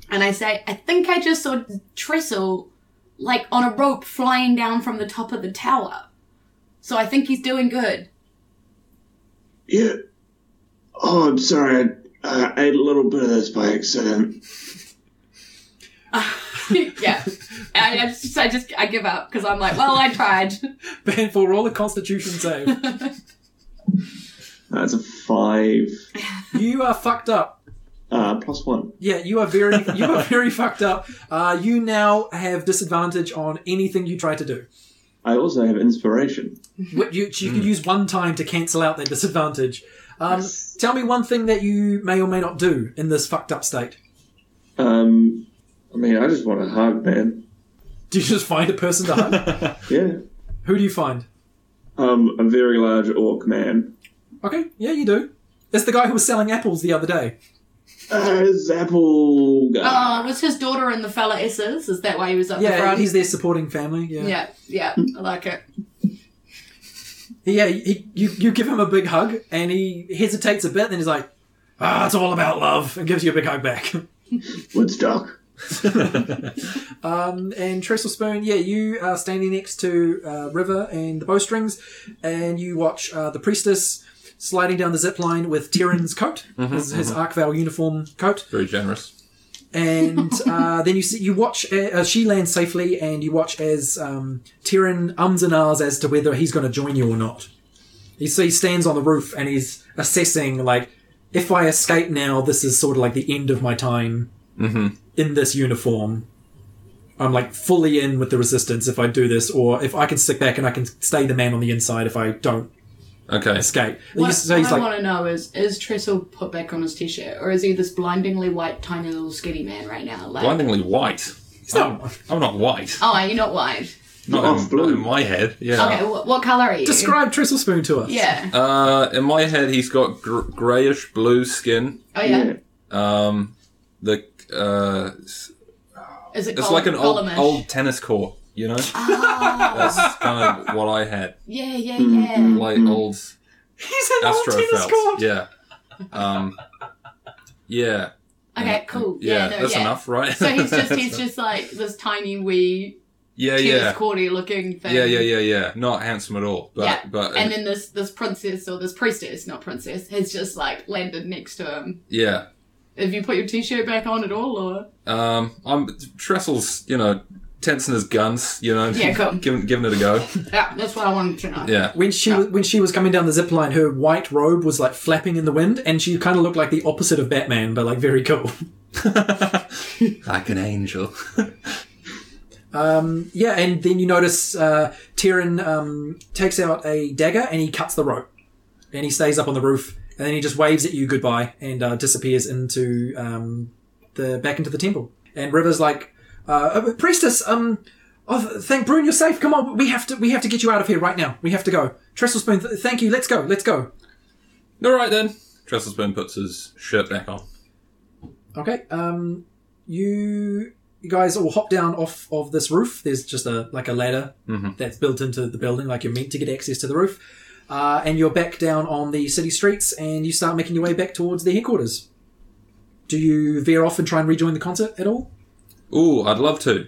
Speaker 3: And I say, I think I just saw Trestle like on a rope flying down from the top of the tower. So I think he's doing good.
Speaker 6: Yeah. Oh, I'm sorry. I uh, ate a little bit of this by accident.
Speaker 3: yeah. I, I, just, I just, I give up because I'm like, well, I tried.
Speaker 2: Ban for roll a constitution save.
Speaker 6: That's a five.
Speaker 2: you are fucked up.
Speaker 6: Uh, plus one.
Speaker 2: Yeah, you are very you are very fucked up. Uh, you now have disadvantage on anything you try to do.
Speaker 6: I also have inspiration.
Speaker 2: What you, you can use one time to cancel out that disadvantage. Um, tell me one thing that you may or may not do in this fucked up state.
Speaker 6: Um, I mean, I just want a hug, man.
Speaker 2: Do you just find a person to hug?
Speaker 6: Yeah.
Speaker 2: Who do you find?
Speaker 6: Um, a very large orc man.
Speaker 2: Okay, yeah, you do. It's the guy who was selling apples the other day.
Speaker 6: Uh, his apple guy.
Speaker 3: Oh, was his daughter and the fella Isses? Is that why he was up the
Speaker 2: Yeah,
Speaker 3: front?
Speaker 2: he's their supporting family. Yeah, yeah.
Speaker 3: yeah, yeah, I like it.
Speaker 2: he, you you give him a big hug, and he hesitates a bit, and then he's like, "Ah, it's all about love," and gives you a big hug back.
Speaker 6: Woodstock.
Speaker 2: Um, and Trestle Spoon, yeah, you are standing next to uh, River and the bowstrings, and you watch uh, the priestess sliding down the zip line with Tyrion's coat, his, his Arkvale uniform coat,
Speaker 4: Very generous.
Speaker 2: and uh, then you see, you watch uh, uh, she lands safely, and you watch as um, Tyrion ums and ahs as to whether he's going to join you or not. You see, he stands on the roof and he's assessing like, if I escape now, this is sort of like the end of my time
Speaker 1: Mm-hmm.
Speaker 2: in this uniform. I'm like fully in with the resistance if I do this, or if I can stick back and I can stay the man on the inside if I don't
Speaker 4: Okay.
Speaker 2: escape. And
Speaker 5: What,
Speaker 2: you- so
Speaker 5: what
Speaker 2: he's
Speaker 5: I
Speaker 2: like,
Speaker 5: want to know is, is Trestle put back on his t-shirt or is he this blindingly white, tiny little skinny man right now? Like,
Speaker 4: Blindingly white.
Speaker 2: "It's not-
Speaker 4: I'm not white.
Speaker 5: oh, you're not white.
Speaker 1: Not
Speaker 4: Off
Speaker 1: in,
Speaker 4: blue.
Speaker 1: not in my head. Yeah.
Speaker 8: Okay, wh- what color are you?
Speaker 2: Describe Trestlespoon to us.
Speaker 8: Yeah.
Speaker 1: Uh, in my head, he's got gr- grayish blue skin.
Speaker 8: Oh yeah.
Speaker 1: Um, the uh, it's
Speaker 8: Is it?
Speaker 1: it's
Speaker 8: col-
Speaker 1: like an old
Speaker 8: columnish?
Speaker 1: old tennis court. You know,
Speaker 3: Ah.
Speaker 1: that's kind of what I had.
Speaker 8: Yeah, yeah, yeah.
Speaker 1: Like old
Speaker 2: He's an old
Speaker 1: Astro
Speaker 2: tennis
Speaker 1: Phelps.
Speaker 2: court.
Speaker 1: Yeah. Um. Yeah.
Speaker 8: Okay, cool.
Speaker 1: Yeah,
Speaker 8: Yeah, no,
Speaker 1: that's
Speaker 8: yeah.
Speaker 1: enough, right?
Speaker 8: So he's just he's just like this tiny wee
Speaker 1: yeah,
Speaker 8: tennis
Speaker 1: yeah.
Speaker 8: courty looking thing.
Speaker 1: Yeah, yeah, yeah, yeah. Not handsome at all, but
Speaker 8: Yeah,
Speaker 1: but uh,
Speaker 8: And then this this princess or this priestess, not princess, has just like landed next to him.
Speaker 1: yeah.
Speaker 8: Have you put your t-shirt back on at all, or
Speaker 1: Um, I'm Trestle's, you know, tensing his guns, you know,
Speaker 8: Yeah, cool.
Speaker 1: giving giving it a go.
Speaker 3: Yeah, that's what I wanted to know.
Speaker 1: Yeah,
Speaker 2: When she was when she was coming down the zip line, her white robe was like flapping in the wind, and she kind of looked like the opposite of Batman, but like very cool.
Speaker 1: like an angel.
Speaker 2: Yeah, and then you notice uh, Tyrion um, takes out a dagger and he cuts the rope, and he stays up on the roof, and then he just waves at you goodbye and uh, disappears into um, the back into the temple. And River's like, uh, uh, "Priestess, um, oh, th- thank Brune, you're safe. Come on, we have to we have to get you out of here right now. We have to go. Trestlespoon, th- thank you. Let's go. Let's go."
Speaker 1: all right then. Trestlespoon puts his shirt back on.
Speaker 2: Okay. Um, you you guys all hop down off of this roof. There's just a like a ladder
Speaker 1: Mm-hmm.
Speaker 2: that's built into the building, like you're meant to get access to the roof. Uh, and you're back down on the city streets, and you start making your way back towards the headquarters. Do you veer off and try and rejoin the concert at all?
Speaker 1: Ooh, I'd love to.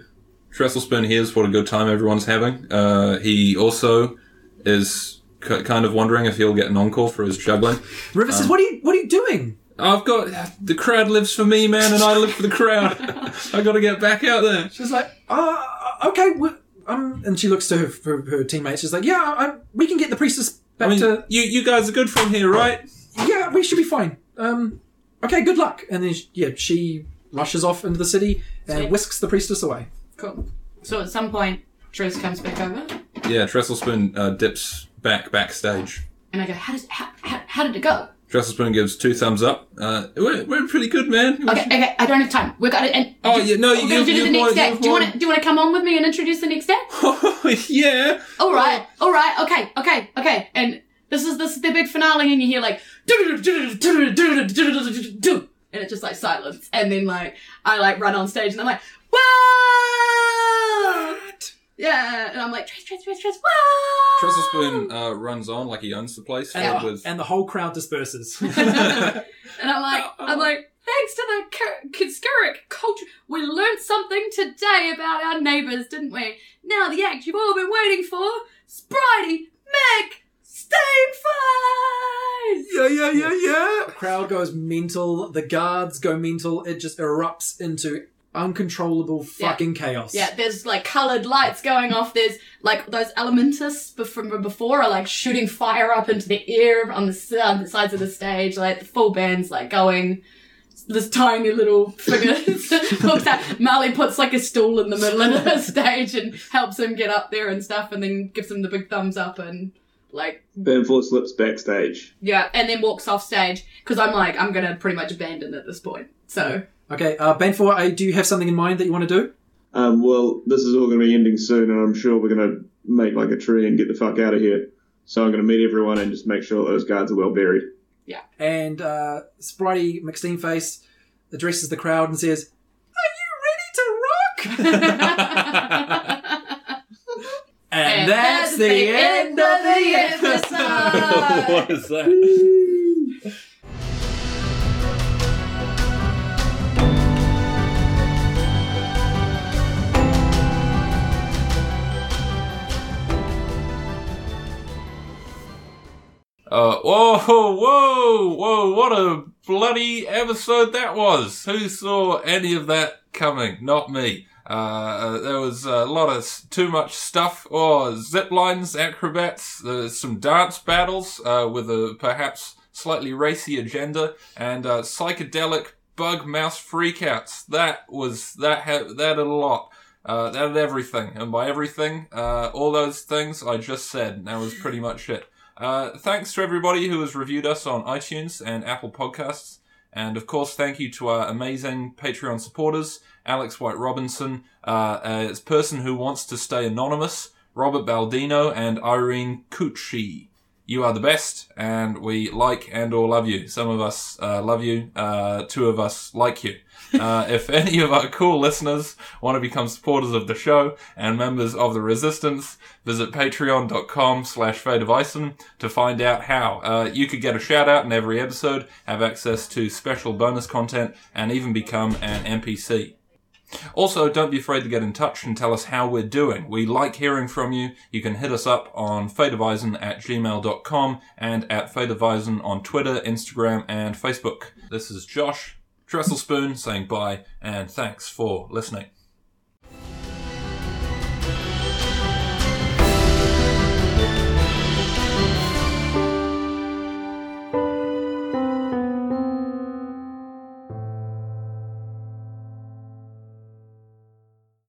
Speaker 1: Trestlespin hears what a good time everyone's having. Uh, he also is k kind of wondering if he'll get an encore for his juggling.
Speaker 2: River
Speaker 1: Um,
Speaker 2: says, "What are you What are you doing?"
Speaker 1: I've got the crowd lives for me, man, and I live for the crowd. I got to get back out there.
Speaker 2: She's like, "Uh, okay." we um, and she looks to her, her, her teammates. She's like, "Yeah, I, we can get the priestess back
Speaker 1: I mean,
Speaker 2: to
Speaker 1: you you guys are good from here, right?
Speaker 2: yeah, we should be fine. Um, okay, good luck. And then, sh- yeah, she rushes off into the city and whisks the priestess away.
Speaker 3: Cool. So at some point, Tris comes back over,
Speaker 1: Yeah, Trestlespoon uh, dips back backstage.
Speaker 3: and I go, "How does how, how, how did it go?"
Speaker 1: Trestlespoon gives two thumbs up. Uh, we're, we're pretty good, man.
Speaker 3: Okay, okay, I don't have time. We got it. And
Speaker 1: Oh, yeah, no,
Speaker 3: we're
Speaker 1: you-
Speaker 3: gonna
Speaker 1: you-
Speaker 3: do it
Speaker 1: you
Speaker 3: the next
Speaker 1: want-
Speaker 3: day.
Speaker 1: you
Speaker 3: Do you want
Speaker 1: want-
Speaker 3: to do you want to come on with me and introduce the next day?
Speaker 1: Oh, yeah.
Speaker 3: all right, all right, okay, okay, okay. And this is this is the big finale, and you hear like and it just like silence, and then like I like run on stage, and I'm like, whoa, yeah, and I'm like, Trace, Trace, Trace, Trace, whoa.
Speaker 1: Trestlespoon uh, runs on like he owns the place. filled with-
Speaker 2: And the whole crowd disperses.
Speaker 3: And I'm like, I'm like, thanks to the Cur- Conspiric culture, we learned something today about our neighbours, didn't we? Now the act you've all been waiting for, Spritey, Meg, Stainflies!
Speaker 1: yeah, yeah, yeah, yeah.
Speaker 2: the crowd goes mental, the guards go mental, it just erupts into uncontrollable fucking chaos.
Speaker 3: Yeah, there's like coloured lights going off. There's like those elementus bef- from before are like shooting fire up into the air on the, s- on the sides of the stage. Like the full band's like going. This tiny little figure looks at Marley puts like a stool in the middle of the stage and helps him get up there and stuff, and then gives him the big thumbs up and like
Speaker 4: Bamford slips backstage.
Speaker 3: yeah, and then walks off stage because I'm like I'm gonna pretty much abandon at this point. So
Speaker 2: Okay, uh, Banfor, I do you have something in mind that you want to do?
Speaker 4: Um, well, this is all going to be ending soon, and I'm sure we're going to make like a tree and get the fuck out of here. So I'm going to meet everyone and just make sure those guards are well buried.
Speaker 2: And uh, Spritey McSteamface addresses the crowd and says, Are you ready to rock? and, that's, the, end of the episode.
Speaker 1: what is that?
Speaker 9: Uh, whoa, whoa, whoa, what a bloody episode that was. Who saw any of that coming? Not me. Uh, uh, there was a lot of s- too much stuff, or zip lines, acrobats, there's some dance battles, uh, with a perhaps slightly racy agenda, and, uh, psychedelic bug mouse freakouts. That was, that had, that had a lot. Uh, that had everything. And by everything, uh, all those things I just said. That was pretty much it. Uh, thanks to everybody who has reviewed us on iTunes and Apple Podcasts.
Speaker 1: And of course, thank you to our amazing Patreon supporters Alex White Robinson, uh, as person who wants to stay anonymous, Robert Baldino, and Irene Cucci. You are the best, and we like and or love you. Some of us uh, love you, uh, two of us like you. Uh, if any of our cool listeners want to become supporters of the show and members of the resistance, visit patreon.com slash Fate of Ison to find out how. Uh, you could get a shout out in every episode, have access to special bonus content, and even become an NPC. Also, don't be afraid to get in touch and tell us how we're doing. We like hearing from you. You can hit us up on fateavisen at gmail.com and at fateavisen on Twitter, Instagram, and Facebook. This is Josh Trestle Spoon saying bye and thanks for listening.